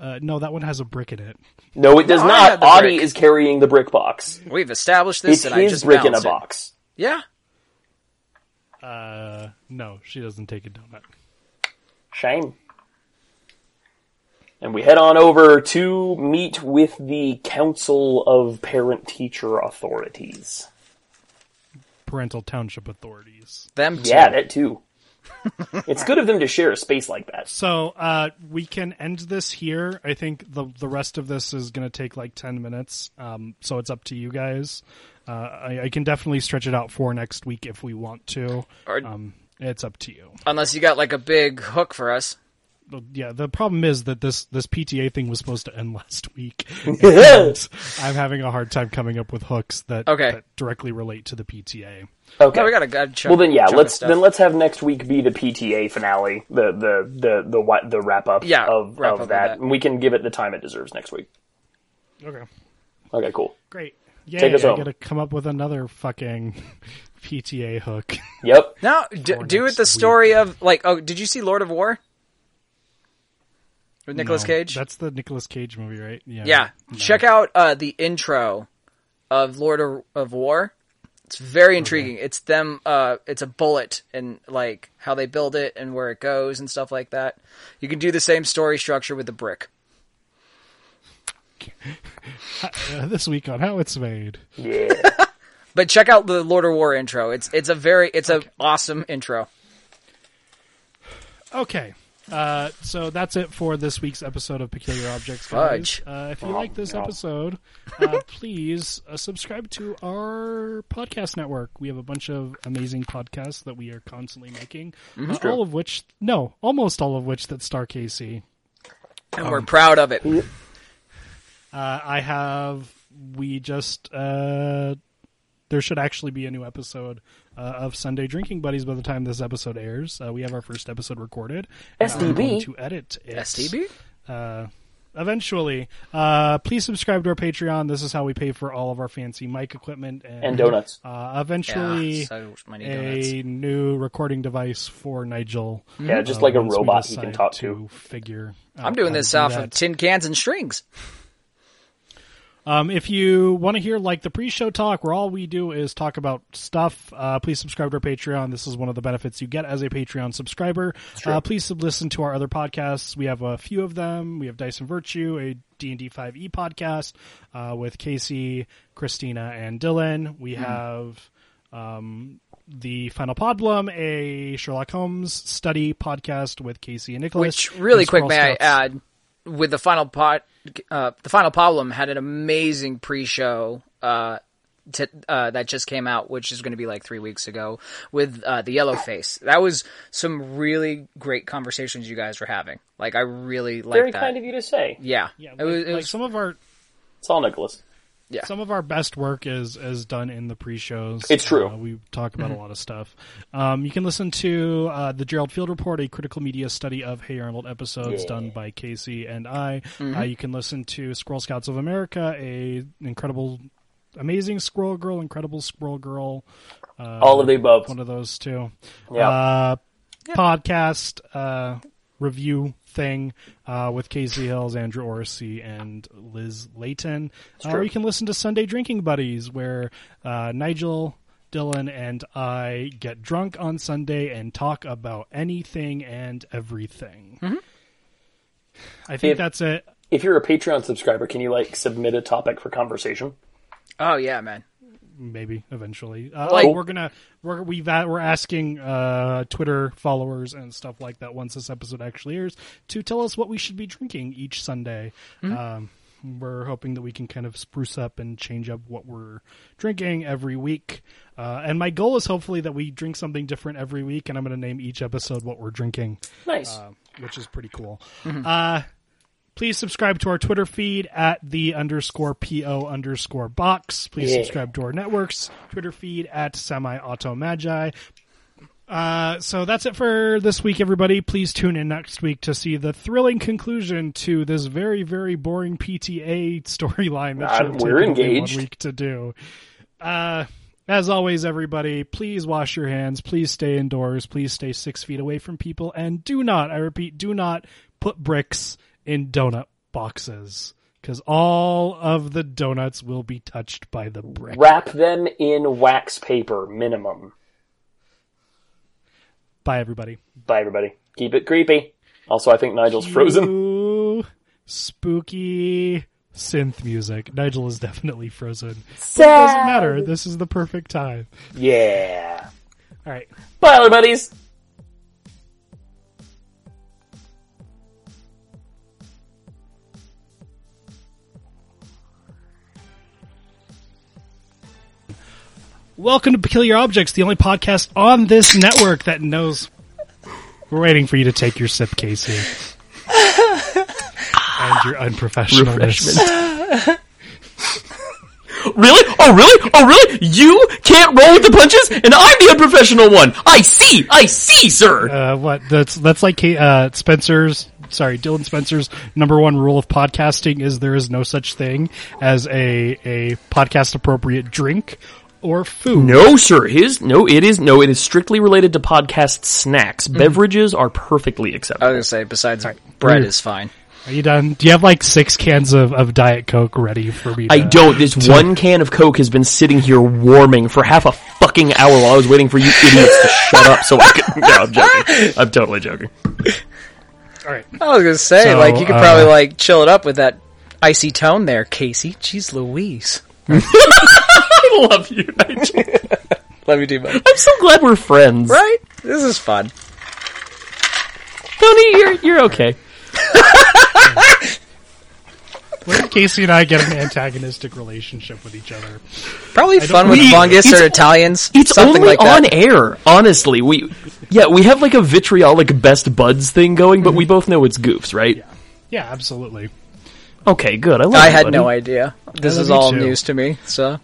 S1: Uh, no, that one has a brick in it.
S2: No, it does
S3: I had
S2: not.
S3: the
S2: Audie
S3: brick.
S2: is carrying the brick box.
S3: we've established
S2: It's
S3: this and i
S2: his
S3: just
S2: brick in a
S3: bounced it.
S2: box.
S3: yeah
S1: Uh, no, she doesn't take a donut.
S2: Shame. And we head on over to meet with the Council of Parent Teacher Authorities.
S1: Parental township authorities.
S3: them too.
S2: Yeah, that too. it's good of them to share a space like that.
S1: So uh, we can end this here. I think the the rest of this is going to take like ten minutes. Um, so it's up to you guys. Uh, I, I can definitely stretch it out for next week if we want to.
S3: Or-
S1: Um, it's up to you.
S3: unless you got like a big hook for us
S1: But yeah, the problem is that this this PTA thing was supposed to end last week. and I'm having a hard time coming up with hooks that,
S3: Okay.
S1: that directly relate to the PTA.
S2: Okay.
S3: no we got a good chunk
S2: well then, yeah.
S3: chunk of
S2: Let's
S3: stuff.
S2: then let's have next week be the PTA finale, the the the the the, the wrap up
S3: Yeah,
S2: of,
S3: wrap
S2: of
S3: up of
S2: that,
S3: that.
S2: and we can give it the time it deserves next week.
S1: Okay,
S2: Okay, cool.
S1: great. Yeah,
S2: Take us
S1: I
S2: home.
S1: got to come up with another fucking PTA hook.
S2: Yep.
S3: no d-
S1: for
S3: do it
S1: next
S3: the story of like oh did you see lord of war with Nicolas
S1: No,
S3: Cage?
S1: That's the Nicolas Cage movie, right?
S3: Yeah. Check out uh, the intro of Lord of, of War. It's very intriguing. It's them. Uh, it's a bullet and like how they build it and where it goes and stuff like that. You can do the same story structure with the brick.
S1: Uh, this week on how it's made.
S2: Yeah.
S3: But check out the Lord of War intro. It's it's a very it's a awesome intro.
S1: Okay. Uh, so that's it for this week's episode of Peculiar Objects.
S3: Fudge.
S1: Guys. Uh, if you like this episode, uh, please uh, subscribe to our podcast network. We have a bunch of amazing podcasts that we are constantly making,
S3: Mm-hmm.
S1: uh, all of which, no, almost all of which that star Casey.
S3: And we're proud of it.
S1: Uh, I have. We just. Uh, there should actually be a new episode uh, of Sunday Drinking Buddies by the time this episode airs. Uh, we have our first episode recorded. and I'm
S2: SDB.
S1: going to edit it.
S3: STB.
S1: Uh, eventually. Uh, please subscribe to our Patreon. This is how we pay for all of our fancy mic equipment and,
S2: And donuts.
S1: Uh,
S3: Yeah,
S1: eventually.
S3: so many donuts.
S1: a new recording device for Nigel.
S2: Yeah, just
S1: uh,
S2: like a
S1: once we
S2: robot he can
S1: decide
S2: talk
S1: to. Figure.
S3: I'm
S1: out
S3: doing
S1: how to
S3: this
S1: do
S3: off
S1: that.
S3: of tin cans and strings.
S1: Um, if you want to hear like the pre-show talk, where all we do is talk about stuff, uh, please subscribe to our Patreon. This is one of the benefits you get as a Patreon subscriber. Uh, please sub- listen to our other podcasts. We have a few of them. We have Dice and Virtue, a D&D 5e podcast uh, with Casey, Christina, and Dylan.
S3: Hmm.
S1: We have um, the Final Podblum, a Sherlock Holmes study podcast with Casey and Nicholas.
S3: Which really
S1: and
S3: quick,
S1: Scroll
S3: may
S1: Stuffs.
S3: I add, with the final pot, uh, the final problem had an amazing pre-show uh, to, uh, that just came out, which is going to be like three weeks ago with uh, the yellow face. That was some really great conversations you guys were having. Like I really like
S2: Very
S3: that.
S2: kind of you to say.
S3: yeah,
S1: Yeah,
S3: it was, it
S1: like
S3: was-
S1: some of our
S2: It's all Nicholas.
S1: some of our best work is is done in the pre-shows.
S2: It's true.
S1: Uh, we talk about a lot of stuff. Um, you can listen to uh, the Gerald Field Report, a critical media study of Hey Arnold episodes done by Casey and I.
S2: Mm-hmm.
S1: Uh, you can listen to Scroll Scouts of America, a incredible, amazing Squirrel Girl, incredible Squirrel Girl,
S2: all of the above.
S1: one of those two.
S2: Yeah.
S1: Uh, Podcast uh, review thing uh, with Casey Hills, Andrew Orsi, and Liz Layton. Uh, or you can listen to Sunday Drinking Buddies, where uh, Nigel, Dylan, and I get drunk on Sunday and talk about anything and everything. I think
S2: If-
S1: that's it.
S2: if you're a Patreon subscriber, can you like submit a topic for conversation?
S3: oh yeah, man.
S1: Maybe eventually. Uh,
S3: Like-
S1: oh, we're gonna we're we've a- we're asking uh, Twitter followers and stuff like that once this episode actually airs to tell us what we should be drinking each Sunday. Um, we're hoping that we can kind of spruce up and change up what we're drinking every week. Uh, and my goal is hopefully that we drink something different every week, and I'm going to name each episode what we're drinking
S3: Uh,
S2: Nice.
S1: which is pretty cool.
S2: Mm-hmm.
S1: Uh, please subscribe to our Twitter feed at the underscore po underscore box. Please subscribe to our networks Twitter feed at semi auto magi. Uh, so that's it for this week, everybody. Please tune in next week to see the thrilling conclusion to this very, very boring PTA storyline that
S2: Uh,
S1: should have
S2: we're
S1: taken only
S2: engaged.
S1: one week to do. Uh, as always, everybody, please wash your hands. Please stay indoors. Please stay six feet away from people. And do not, I repeat, do not put bricks in donut boxes because all of the donuts will be touched by the brick.
S2: Wrap them in wax paper, minimum.
S1: Bye, everybody.
S2: Bye, everybody. Keep it creepy. Also, I think Nigel's frozen.
S1: Ooh, spooky synth music. Nigel is definitely frozen. It doesn't matter. This is the perfect time.
S2: Yeah.
S1: All right.
S2: Bye, everybody's.
S1: Welcome to Peculiar Objects, the only podcast on this network that knows. We're waiting for you to take your sip, Casey. and your unprofessionalness.
S4: Really? Oh, really? Oh, really? You can't roll with the punches, and I'm the unprofessional one. I see. I see, sir.
S1: Uh, what? That's that's like uh, Spencer's. Sorry, Dylan Spencer's number one rule of podcasting is there is no such thing as a a podcast appropriate drink or food.
S4: No, sir. His no. It is no. It is strictly related to podcast snacks. Beverages are perfectly
S3: I
S4: acceptable.
S3: was gonna say besides bread
S1: Weird.
S3: is fine.
S1: Are you done? Do you have like six cans of, of Diet Coke ready for me? To,
S4: I don't. This one can of Coke has been sitting here warming for half a fucking hour while I was waiting for you idiots to shut up. So I could. No, I'm joking. I'm totally joking.
S1: All right.
S3: I was gonna say
S1: So,
S3: like you could
S1: uh,
S3: probably like chill it up with that icy tone there, Casey. Jeez, Louise.
S4: I love you. Nigel.
S3: Love you too much.
S4: I'm so glad we're friends.
S3: Right? This is fun.
S4: Tony, you're you're okay.
S1: Where did Casey and I get an antagonistic relationship with each other?
S3: Probably fun with
S4: We-
S3: fungus
S4: it's-
S3: or Italians.
S4: It's
S3: something
S4: only
S3: like that.
S4: on air, honestly. We yeah, we have like a vitriolic best buds thing going, but we both know it's goofs, right?
S1: Yeah, absolutely.
S4: Okay, good. I, love
S3: I
S4: you,
S3: had
S4: buddy.
S3: no idea. This
S1: love
S3: is
S1: you
S3: all
S1: too.
S3: news to me. So